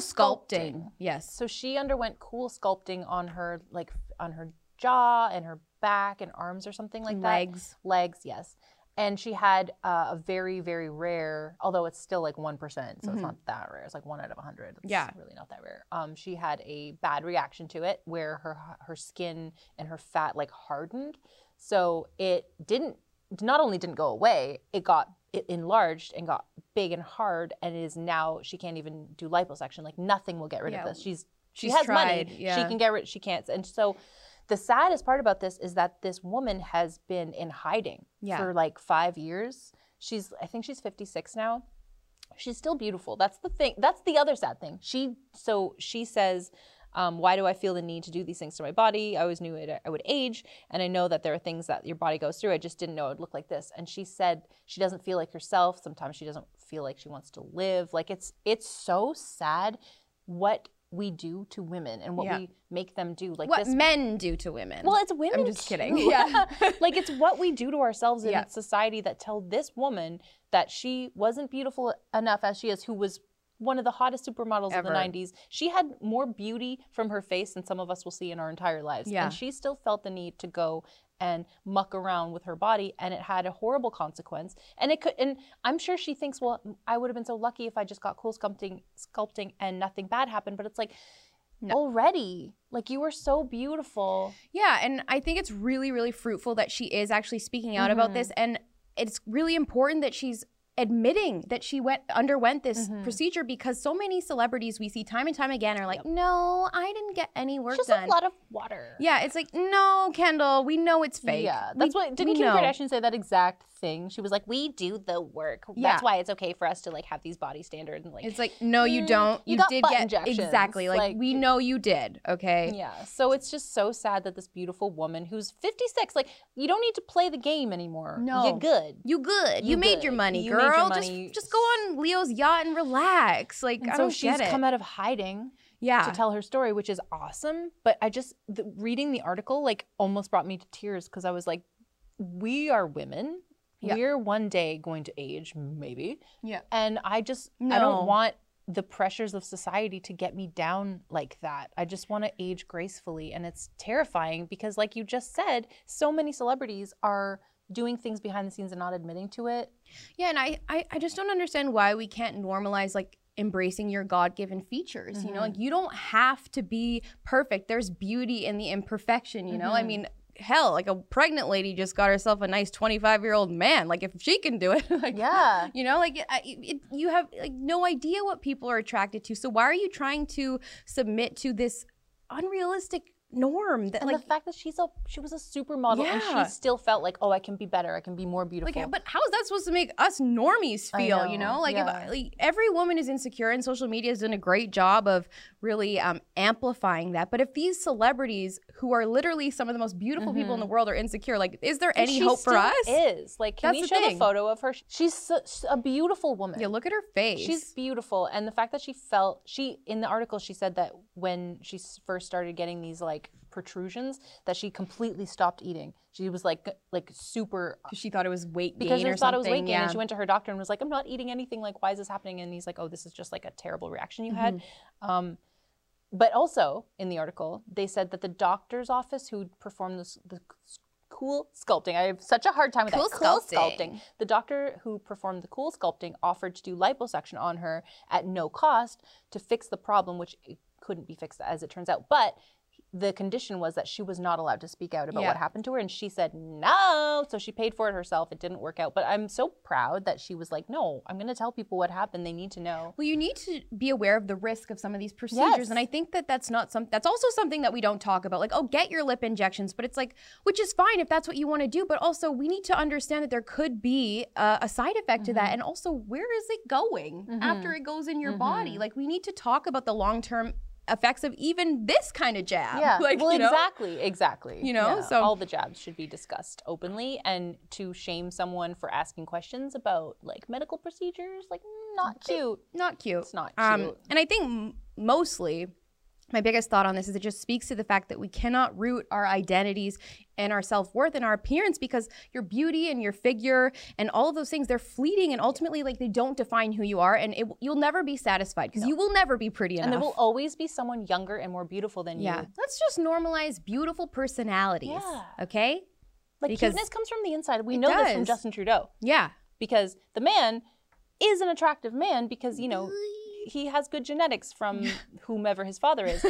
A: cool
B: sculpting.
A: sculpting. Yes.
B: so she underwent cool sculpting on her like on her jaw and her back and arms or something like that.
A: Legs.
B: legs, yes. And she had uh, a very, very rare, although it's still like 1%, so it's
A: Mhm.
B: not that rare. It's like one out of 100. It's
A: Yeah.
B: really not that rare. Um, she had a bad reaction to it where her her skin and her fat like hardened. So it didn't, not only didn't go away, it got, it enlarged and got big and hard and is now, she can't even do liposuction. Like nothing will get rid
A: Yeah.
B: of this. She's she
A: She's
B: has
A: tried,
B: money. She
A: yeah.
B: can get rid. She can't. And so, the saddest part about this is that this woman has been in hiding
A: Yeah.
B: for like five years. She's, I think she's 56 now. She's still beautiful. That's the thing. That's the other sad thing. She so she says, um, "Why do I feel the need to do these things to my body? I always knew it, I would age, and I know that there are things that your body goes through. I just didn't know it would look like this." And she said she doesn't feel like herself. Sometimes she doesn't feel like she wants to live. Like it's it's so sad what we do to women and what
A: Yeah.
B: we make them do. Like
A: What
B: this
A: men do to women.
B: well, it's women.
A: just kidding.
B: too.
A: Yeah.
B: like it's what we do to ourselves in
A: Yeah.
B: society that tell this woman that she wasn't beautiful enough as she is, who was one of the hottest supermodels of the
A: Ever.
B: 90s. She had more beauty from her face than some of us will see in our entire lives.
A: Yeah.
B: And she still felt the need to go and muck around with her body and it had a horrible consequence and it could and i'm sure she thinks well i would have been so lucky if i just got cool sculpting sculpting and nothing bad happened but it's like already like you were so beautiful
A: Yeah, and I think it's really, really fruitful that she is actually speaking out about this,
B: Mm-hmm.
A: and it's really important that she's admitting that she went underwent this
B: Mm-hmm.
A: procedure because so many celebrities we see time and time again are like, "No, I didn't get any work
B: just
A: done."
B: a lot of water.
A: yeah, it's like, "No, Kendall, we know it's fake."
B: Yeah,
A: We-
B: that's what didn't
A: we
B: Kim
A: know.
B: Kardashian say that exact thing? She was like, "We do the work.
A: Yeah.
B: That's why it's okay for us to like have these body standards and like." "Mm,
A: It's like, "No, you don't.
B: you got
A: did
B: butt
A: get
B: injections,
A: exactly like,
B: like-
A: we know you did." Okay.
B: yeah, so it's just so sad that this beautiful woman who's 56, like you don't need to play the game anymore.
A: No.
B: you're good.
A: You good. You,
B: You
A: made your
B: good.
A: money,
B: You made your
A: girl.
B: money.
A: Just just go on Leo's yacht and relax. Like
B: And
A: I
B: so
A: don't
B: she's
A: get it.
B: come out of hiding
A: yeah.
B: to tell her story, which is awesome. But I just the, reading the article like almost brought me to tears because I was like, "We are women.
A: Yeah.
B: We're one day going to age, maybe."
A: yeah.
B: and I just I don't
A: No.
B: want the pressures of society to get me down like that. I just want to age gracefully and it's terrifying because like you just said, so many celebrities are doing things behind the scenes and not admitting to it.
A: Yeah, and I, I, I just don't understand why we can't normalize like embracing your God-given features. You know, like you don't have to be perfect. There's beauty in the imperfection. You know, I mean, hell, like a pregnant lady just got herself a nice 25-year-old man. Like if she can do it, like
B: Yeah.
A: You know, like it, I- it, you have like no idea what people are attracted to. So why are you trying to submit to this unrealistic norm that
B: And
A: like
B: the fact that she's a she was a supermodel
A: Yeah.
B: and she still felt like, "Oh, I can be better. I can be more beautiful."
A: Like, but how is that supposed to make us normies
B: I
A: feel? You
B: know,
A: know, like,
B: yeah.
A: if, like every woman is insecure, and social media has done a great job of really um, amplifying that. But if these celebrities, who are literally some of the most beautiful people in the world, are insecure, like, is there
B: And
A: any
B: Mm-hmm. she
A: hope for
B: still
A: us?
B: Is like, can
A: That's
B: we
A: the
B: show the
A: thing.
B: photo of her? She's such a beautiful woman.
A: Yeah, look at her face.
B: She's beautiful, and the fact that she felt she in the article she said that when she s- first started getting these like protrusions, that she completely stopped eating. She was like like super
A: she thought it was weight
B: because
A: gain
B: she
A: or
B: thought
A: something.
B: it was weight gain,
A: yeah.
B: and she went to her doctor and was like, "I'm not eating anything. Like, why is this happening?" And he's like, "Oh, this is just like a terrible reaction you had."
A: Mm-hmm.
B: Um, but also in the article, they said that the doctor's office who performed this the cool sculpting. I have such a hard time with
A: Cool
B: that. Cool
A: sculpting.
B: sculpting. The doctor who performed the cool sculpting offered to do liposuction on her at no cost to fix the problem, which it couldn't be fixed as it turns out. But the condition was that she was not allowed to speak out about
A: Yeah.
B: what happened to her and she said no so she paid for it herself it didn't work out but i'm so proud that she was like no i'm going to tell people what happened they need to know
A: Well, you need to be aware of the risk of some of these procedures,
B: Yes.
A: and I think that that's not some. That's also something that we don't talk about. Like, oh, get your lip injections, but it's like, which is fine if that's what you want to do, but also we need to understand that there could be uh, a side effect to
B: Mm-hmm.
A: that, and also where is it going after it goes in your body? Like, we need to talk about the long term effects of even this kind of jab.
B: yeah
A: like
B: well
A: you know?
B: exactly exactly
A: You know,
B: Yeah.
A: so-
B: all the jabs should be discussed openly and to shame someone for asking questions about like medical procedures like not cute
A: not cute.
B: it's not
A: Um,
B: cute
A: and I think m- mostly my biggest thought on this is it just speaks to the fact that we cannot root our identities and our self-worth and our appearance because your beauty and your figure and all of those things they're fleeting and ultimately like they don't define who you are and it, you'll never be satisfied because you will never be pretty enough
B: And there will always be someone younger and more beautiful than
A: yeah
B: you.
A: let's just normalize beautiful personalities
B: Yeah.
A: okay
B: Like
A: Because-
B: cuteness comes from the inside. We know this from
A: does.
B: Justin Trudeau
A: yeah
B: because the man is an attractive man because you know he has good genetics from whomever his father is.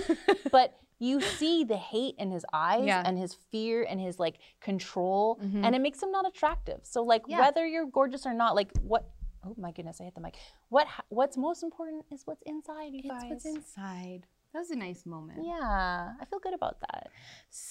B: but you see the hate in his eyes
A: Yeah.
B: and his fear and his like control
A: Mhm.
B: and it makes him not attractive. So like
A: Yeah.
B: whether you're gorgeous or not, like what Oh my goodness, I hit the mic. What ha- what's most important is what's inside you guys.
A: inside that was a nice moment
B: yeah, I feel good about that.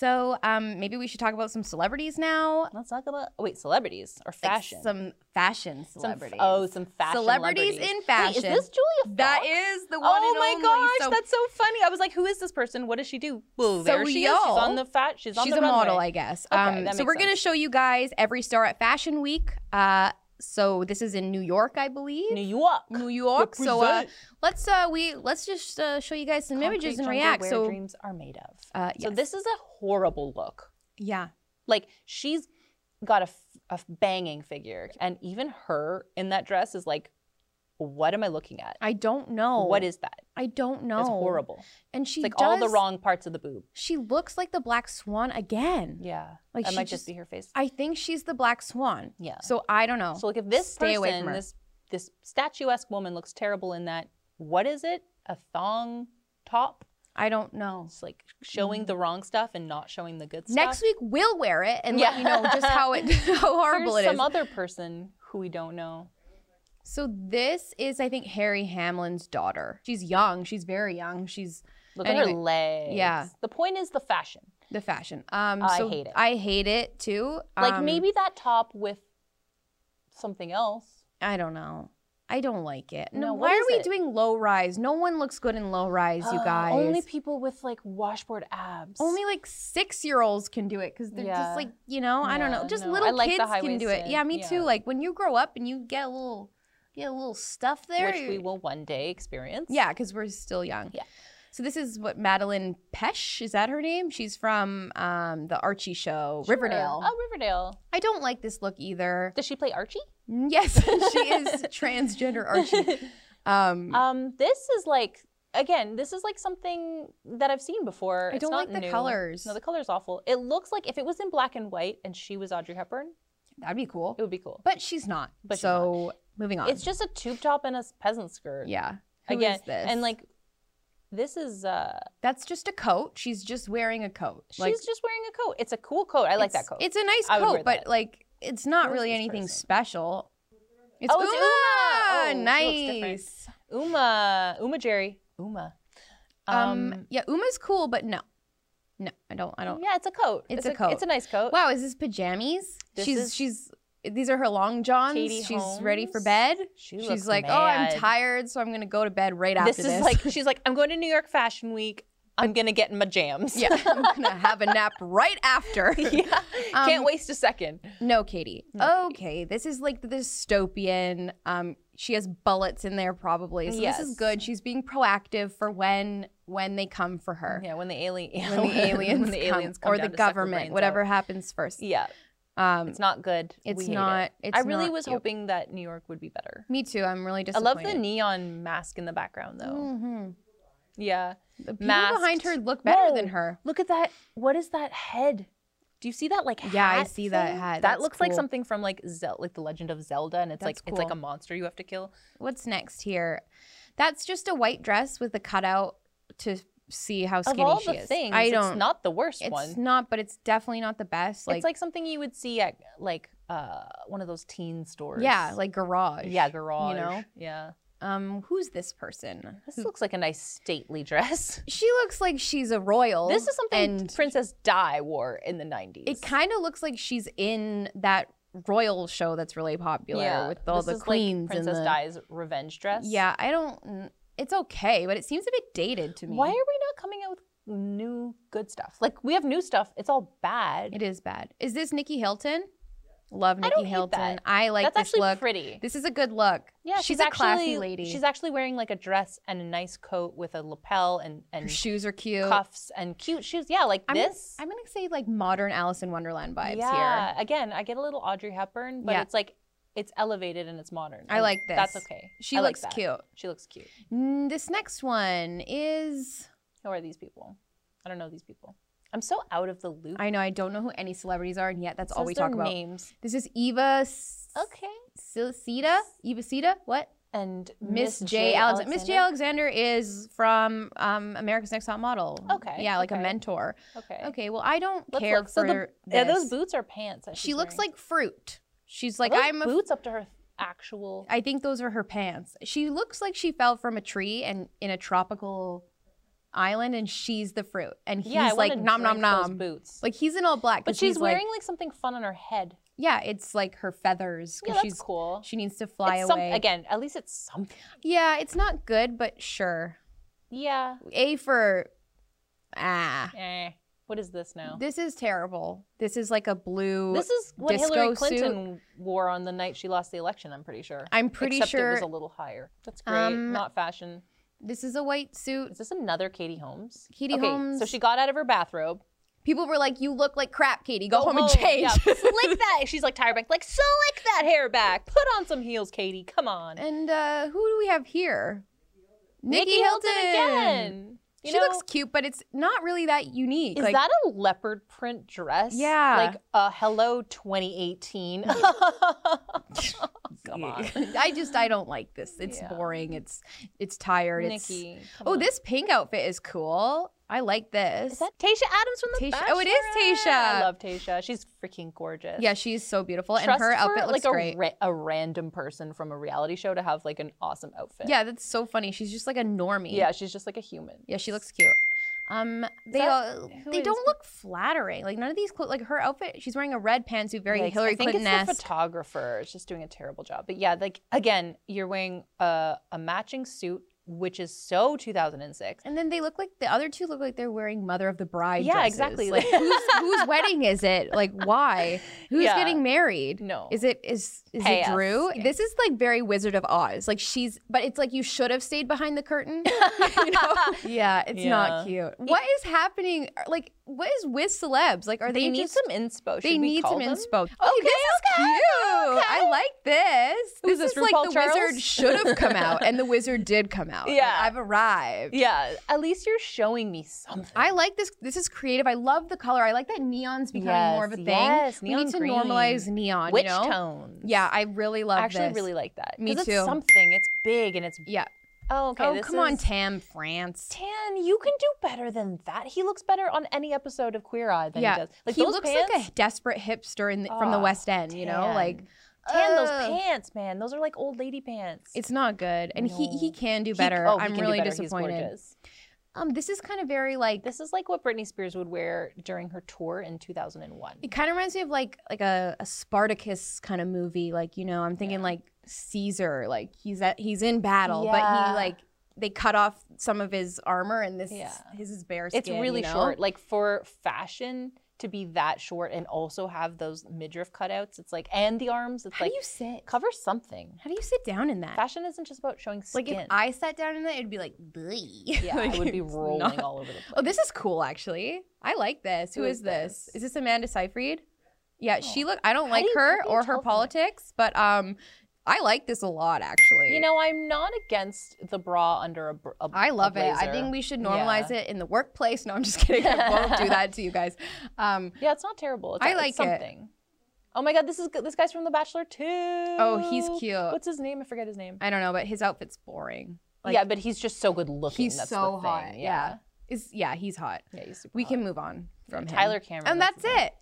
A: so um maybe we should talk about some celebrities now
B: Let's talk about oh, wait, celebrities or
A: Like,
B: fashion.
A: some fashion
B: Some f-
A: celebrities
B: oh, some fashion
A: Celebrities in
B: Wait,
A: fashion.
B: is this Julia Fox?
A: That is the one.
B: Oh
A: and
B: my
A: only.
B: gosh,
A: So
B: that's so funny. I was like, who is this person? What does she do? Well,
A: So
B: there she is. She's
A: y'all-
B: on the fat. She's on
A: she's
B: the
A: a model,
B: runway.
A: I guess.
B: Okay,
A: um,
B: that
A: so
B: makes
A: we're gonna
B: sense.
A: show you guys every star at Fashion Week. Uh, so this is in New York, I believe.
B: New York.
A: New York. So uh,
B: Represent.
A: let's uh, we let's just uh, show you guys some images
B: Concrete
A: and
B: jungle
A: react.
B: Where
A: So
B: dreams are made of.
A: uh,
B: So
A: yes.
B: this is a horrible look.
A: yeah,
B: Like she's got a, f- a banging figure, and even her in that dress is like, what am I looking at?
A: I don't know
B: What is that?
A: I don't know.
B: It's horrible.
A: And she
B: It's like
A: does,
B: all the wrong parts of the boob.
A: She looks like the Black Swan again.
B: Yeah.
A: Like,
B: that
A: she
B: might
A: just-
B: just be her face.
A: I think she's the Black Swan.
B: Yeah.
A: So I don't know.
B: So like if this
A: Oh. Stay
B: person,
A: away from her.
B: this this statuesque woman looks terrible in that, what is it? A thong top?
A: I don't know.
B: It's like showing the wrong stuff and not showing the good stuff.
A: Mm. Next week we'll wear it and let
B: Yeah.
A: you know just how it how horrible
B: Here's
A: it
B: some
A: is.
B: other person who we don't know.
A: so this is I think Harry Hamlin's daughter. She's young. She's very young. She's
B: Look at her
A: Anyway,
B: legs.
A: yeah.
B: The point is the fashion.
A: the fashion. Um,
B: I
A: so
B: hate it.
A: I hate it too.
B: Like
A: Um,
B: maybe that top with something else.
A: I don't know. I don't like it. No,
B: No, what
A: why are
B: is
A: we
B: it?
A: doing low rise? No one looks good in low rise, you guys.
B: Only people with like washboard abs.
A: only like six year olds can do it because they're
B: Yeah.
A: just like you know I don't
B: Yeah,
A: know just
B: no. I
A: little
B: like the
A: kids can do it
B: high-waisted,
A: yeah me
B: yeah.
A: too like when you grow up and you get a little get a little stuff there
B: which we
A: you're-
B: will one day experience.
A: yeah because we're still young
B: Yeah.
A: so this is what Madeline Pesh is that her name she's from um, the Archie show
B: Sure.
A: Riverdale
B: Oh, Riverdale.
A: I don't like this look either Mm,
B: Does she play Archie?
A: yes she is transgender Archie um,
B: Um, this is like again, this is like something that I've seen before.
A: I
B: It's
A: don't
B: not
A: like the
B: new.
A: colors
B: No, the color's awful. It looks like if it was in black and white and she was Audrey Hepburn,
A: that'd be cool
B: it would be cool.
A: but she's not
B: But she's not.
A: so moving on
B: It's just a tube top and a peasant skirt.
A: yeah Who is
B: again,
A: this?
B: and like this is uh
A: That's just a coat. She's just wearing a coat.
B: she's just wearing a coat. It's a cool coat. I like that
A: it's-
B: coat.
A: It's a nice
B: I would
A: coat,
B: wear
A: but
B: that.
A: like it's not
B: Who is
A: really
B: this
A: anything
B: person?
A: special. It's
B: Oh, it's Uma! Oh,
A: Uma.
B: she looks
A: nice.
B: Uma Uma Jerry. Uma.
A: Um, yeah, Uma's cool, but no, no, I don't. I don't.
B: Um, yeah, it's a coat.
A: It's a coat.
B: It's a nice coat.
A: Wow, is this pajamies?
B: This
A: she's
B: is-
A: she's. These are her long johns.
B: Katie
A: she's ready for
B: Holmes.
A: bed.
B: She
A: she's
B: looks
A: like, oh, I'm
B: mad.
A: tired, so I'm gonna go to bed right
B: This
A: after
B: is
A: this.
B: like she's like I'm going to New York Fashion Week. I'm gonna get in my jams.
A: yeah, I'm gonna have a nap right after.
B: yeah.
A: Um,
B: Can't waste a second.
A: No, Katie.
B: No,
A: okay, this is like the dystopian. Um, she has bullets in there probably, so this is
B: Yes.
A: good. She's being proactive for when when they come for her,
B: Yeah, when the alien,
A: when the aliens,
B: when the aliens
A: come,
B: come
A: or
B: down
A: the
B: to suck her
A: government,
B: brains
A: whatever
B: out.
A: happens first.
B: Yeah,
A: Um,
B: it's not good.
A: It's
B: We hate it.
A: not- it's
B: I really
A: not
B: was
A: cute.
B: hoping that New York would be better.
A: me too. I'm really
B: I
A: disappointed.
B: love the neon mask in the background though.
A: Mhm.
B: Yeah.
A: The people behind
B: Masked.
A: her look better than
B: Whoa.
A: her.
B: Look at that. What is that head? Do you see that like
A: Yeah, I
B: hat
A: see that
B: thing?
A: hat.
B: That
A: That's
B: looks like
A: cool.
B: something from like Zel- like the Legend of Zelda, and it's like
A: That's
B: it's like
A: cool.
B: a monster you have to kill.
A: What's next here? That's just a white dress with a cutout to see how skinny
B: of all
A: she
B: the
A: is.
B: things,
A: I don't.
B: it's not the worst
A: it's
B: one.
A: not, but it's definitely not the best. Like,
B: it's like something you would see at like uh, one of those teen stores.
A: yeah, like garage.
B: yeah, garage.
A: You know.
B: Yeah. Hmm.
A: Um, who's this person?
B: This looks like a nice stately dress.
A: She looks like she's a royal.
B: This is something
A: and
B: Princess Di wore in the 90s.
A: it kind of looks like she's in that royal show that's really popular with all
B: this
A: the
B: is
A: queens
B: Like Princess
A: and the
B: Di's revenge dress.
A: yeah. I don't. It's okay, but it seems a bit dated to me.
B: Why are we not coming out with new good stuff? Like we have new stuff. It's all bad.
A: It is bad. Is this Nikki Hilton? Love Nikki
B: don't hate
A: Hilton.
B: that.
A: I like
B: That's
A: this
B: actually
A: look.
B: pretty.
A: This is a good look.
B: Yeah,
A: she's, a classy lady.
B: She's actually wearing like a dress and a nice coat with a lapel and
A: Her
B: and
A: shoes are cute.
B: cuffs and cute shoes. Yeah, like
A: I'm,
B: this.
A: I'm gonna say like modern Alice in Wonderland vibes
B: yeah.
A: here.
B: Again, I get a little Audrey Hepburn, but
A: Yeah.
B: it's like it's elevated and it's modern.
A: I
B: and
A: like this.
B: That's okay.
A: She
B: I like
A: looks
B: that.
A: cute.
B: She looks cute.
A: Mm, this next one is
B: Who are these people? I don't know these people. I'm so out of the loop.
A: I know I don't know who any celebrities are, and yet that's all
B: Says
A: we
B: their
A: talk about.
B: Names.
A: This is Eva S-
B: Okay.
A: Sita. Eva Sita. What?
B: And
A: Miss J. Alexander. Miss J. Alexander is from um, America's Next Top Model.
B: Okay,
A: Yeah, like a
B: okay.
A: mentor.
B: Okay.
A: Okay. Well, I don't
B: Let's
A: care
B: look.
A: for
B: So the, are
A: this.
B: those boots or pants? That
A: She
B: she's
A: looks
B: wearing?
A: like fruit. She's like
B: Are those
A: I'm. A,
B: boots up to her actual.
A: I think those are her pants. She looks like she fell from a tree and in a tropical island, and she's the fruit, and he's
B: yeah, I
A: like
B: wanna
A: nom nom
B: drink those
A: nom.
B: Boots.
A: Like he's in all black,
B: but
A: 'cause
B: she's
A: he's
B: wearing
A: Like,
B: like something fun on her head.
A: yeah, it's like her feathers. 'cause
B: Yeah, that's
A: she's,
B: cool.
A: She needs to fly
B: it's some-
A: away.
B: again, at least it's something.
A: Yeah, it's not good, but sure.
B: Yeah.
A: A for ah.
B: Eh. What is this now?
A: This is terrible. This is like a blue.
B: This is what
A: disco
B: Hillary
A: suit.
B: Clinton wore on the night she lost the election. I'm pretty sure.
A: I'm pretty
B: Except it was
A: sure-
B: a little higher. That's great.
A: Um,
B: Not fashion.
A: This is a white suit.
B: Is this another Katie Holmes?
A: Katie
B: okay, So
A: Holmes.
B: she got out of her bathrobe. Oh,
A: People were like, "You look like crap, Katie. Go, home, and change."
B: Yeah, slick that. She's like Tyra Banks. Like slick that hair back. Put on some heels, Katie. Come on.
A: and uh, who do we have here? Nikki,
B: Nikki
A: Hilton.
B: again. You
A: she
B: know,
A: looks cute, but it's not really that unique.
B: Is
A: like,
B: that a leopard print dress?
A: Yeah.
B: Like uh, hello 2018. Come on.
A: I just I don't like this. It's
B: Yeah.
A: boring. It's it's tired. It's
B: Nikki. come
A: oh,
B: on.
A: this pink outfit is cool. I like this.
B: Is that Tasha Adams from the
A: Tayshia- oh, it is
B: Bachelorette?
A: Tayshia.
B: I love Tasha. She's freaking gorgeous.
A: yeah, she's so beautiful, and
B: Trust
A: her
B: for,
A: outfit looks
B: like a
A: great.
B: ra- a random person from a reality show to have like an awesome outfit.
A: yeah, that's so funny. She's just like a normie.
B: Yeah, she's just like a human.
A: Yeah, she looks cute. Um, they
B: that-
A: all,
B: who
A: they
B: is-
A: don't look flattering. Like none of these clothes. Like her outfit, she's wearing a red pantsuit, very
B: Yikes.
A: Hillary
B: I think
A: Clinton
B: it's the
A: esque.
B: photographer. It's just doing a terrible job. But yeah, like again, you're wearing a, a matching suit, which is so 2006.
A: And then they look like the other two look like they're wearing mother of the bride.
B: Yeah,
A: dresses.
B: exactly.
A: Like whose whose wedding is it? Like why? Who's
B: Yeah.
A: getting married?
B: No.
A: Is it is is
B: Pay
A: it
B: us.
A: Drew?
B: Yeah.
A: This is like very Wizard of Oz. Like she's, but it's like you should have stayed behind the curtain. you know? Yeah, it's
B: Yeah.
A: not cute. What is happening? Like, what is with celebs? Like, are
B: they,
A: they,
B: need
A: just
B: some inspo. Should
A: They
B: we
A: need
B: call
A: some
B: them?
A: inspo. Okay, this is cute. I like this.
B: Who's
A: this, is
B: this,
A: like
B: RuPaul
A: the wizard
B: Charles?
A: should have come out, and the wizard did come out. Like,
B: Yeah.
A: I've arrived.
B: Yeah, at least you're showing me something.
A: I like this. This is creative. I love the color. I like that neon's becoming more of a
B: Yes,
A: thing.
B: yes,
A: we
B: neon
A: need to
B: green.
A: normalize neon.
B: Witch
A: you know?
B: tones.
A: Yeah, I really love
B: I actually
A: this.
B: really like that.
A: Me
B: 'Cause
A: too.
B: It's something. It's big and it's.
A: Yeah.
B: Oh, okay.
A: oh,
B: this
A: come on,
B: is-
A: Tam France.
B: Tan, you can do better than that. He looks better on any episode of Queer Eye than
A: yeah,
B: he does. Like
A: he
B: those
A: looks
B: pants,
A: like a desperate hipster in the, from the
B: Ah,
A: West End. You know, like
B: tan. tan those
A: ugh.
B: pants, man. Those are like old lady pants.
A: uh, It's not good, and he
B: No.
A: he can do
B: He-
A: better.
B: oh, he
A: I'm
B: can do
A: really
B: better. He's
A: disappointed.
B: gorgeous.
A: Um, this is kind of very like
B: This is like what Britney Spears would wear during her tour in 2001.
A: It kind of reminds me of like like a, a Spartacus kind of movie. Like you know, I'm thinking
B: Yeah.
A: like Caesar. Like he's at he's in battle, but
B: Yeah.
A: he like they cut off some of his armor, and this
B: Yeah.
A: his is bare skin.
B: It's really
A: you know?
B: short. Like for fashion to be that short and also have those midriff cutouts, it's like and the arms. It's
A: How
B: like
A: do you sit?
B: cover something.
A: How do you sit down in that?
B: Fashion isn't just about showing skin.
A: like if I sat down in that, it'd be like, "Bleh."
B: yeah,
A: like,
B: I would be
A: it's
B: rolling
A: not-
B: all over the place.
A: Oh, this is cool actually. I like this. Who
B: Who
A: is
B: is
A: this?
B: this?
A: Is this Amanda Seyfried? Yeah, she
B: Oh.
A: look. I don't
B: How
A: like
B: do you- how
A: her
B: do
A: or
B: you tell
A: her
B: from it?
A: politics, but um, I like this a lot actually.
B: You know, I'm not against the bra under a. br- a
A: I
B: a
A: love it. I think
B: blazer.
A: we should normalize it in the workplace. No, I'm just kidding. I won't do that to you guys. Um,
B: Yeah, it's not terrible. It's,
A: I
B: it's
A: like it.
B: something. Oh my god, this is good. this guy's from The Bachelor too.
A: oh,
B: Oh,
A: he's cute.
B: What's his name? I forget his name.
A: I don't know, but his outfit's boring. Like,
B: yeah, but he's just so good looking.
A: he's
B: That's
A: so
B: the thing.
A: hot. Yeah.
B: yeah,
A: Is yeah, he's hot.
B: yeah. he's super
A: We
B: hot.
A: can move on from him.
B: Tyler Cameron.
A: And that's
B: his name.
A: it.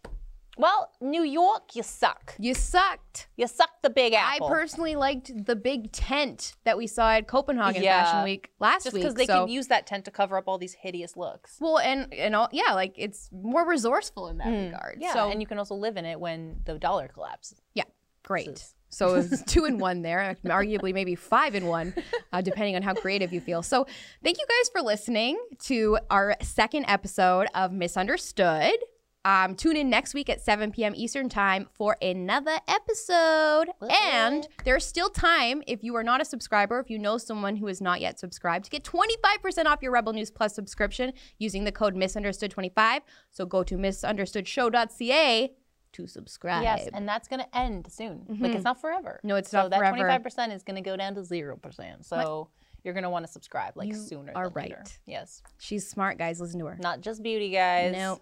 B: Well, New York, you suck.
A: You sucked.
B: You suck the Big Apple.
A: I personally liked the big tent that we saw at Copenhagen
B: Yeah.
A: Fashion Week last
B: just
A: week.
B: because they
A: so-
B: can use that tent to cover up all these hideous looks.
A: well, and and all yeah, like it's more resourceful in that regard.
B: Hmm. Yeah,
A: so
B: and you can also live in it when the dollar collapses.
A: Yeah, great.
B: is-
A: So it's two in one there, arguably maybe five in one, uh, depending on how creative you feel. So thank you guys for listening to our second episode of Misunderstood. Um, tune in next week at 7 p.m. Eastern Time for another episode. And there's still time if you are not a subscriber, if you know someone who is not yet subscribed, to get 25% off your Rebel News Plus subscription using the code misunderstood25. So go to misunderstoodshow.ca to subscribe.
B: Yes, and that's going to end soon. Like it's not forever.
A: Mm-hmm. No, it's
B: so
A: not
B: that
A: forever.
B: twenty-five percent is going to go down to zero percent. So you're going to want to subscribe like sooner.
A: are
B: than later.
A: right.
B: Yes,
A: She's smart, guys. Listen to her.
B: not just beauty, guys.
A: No.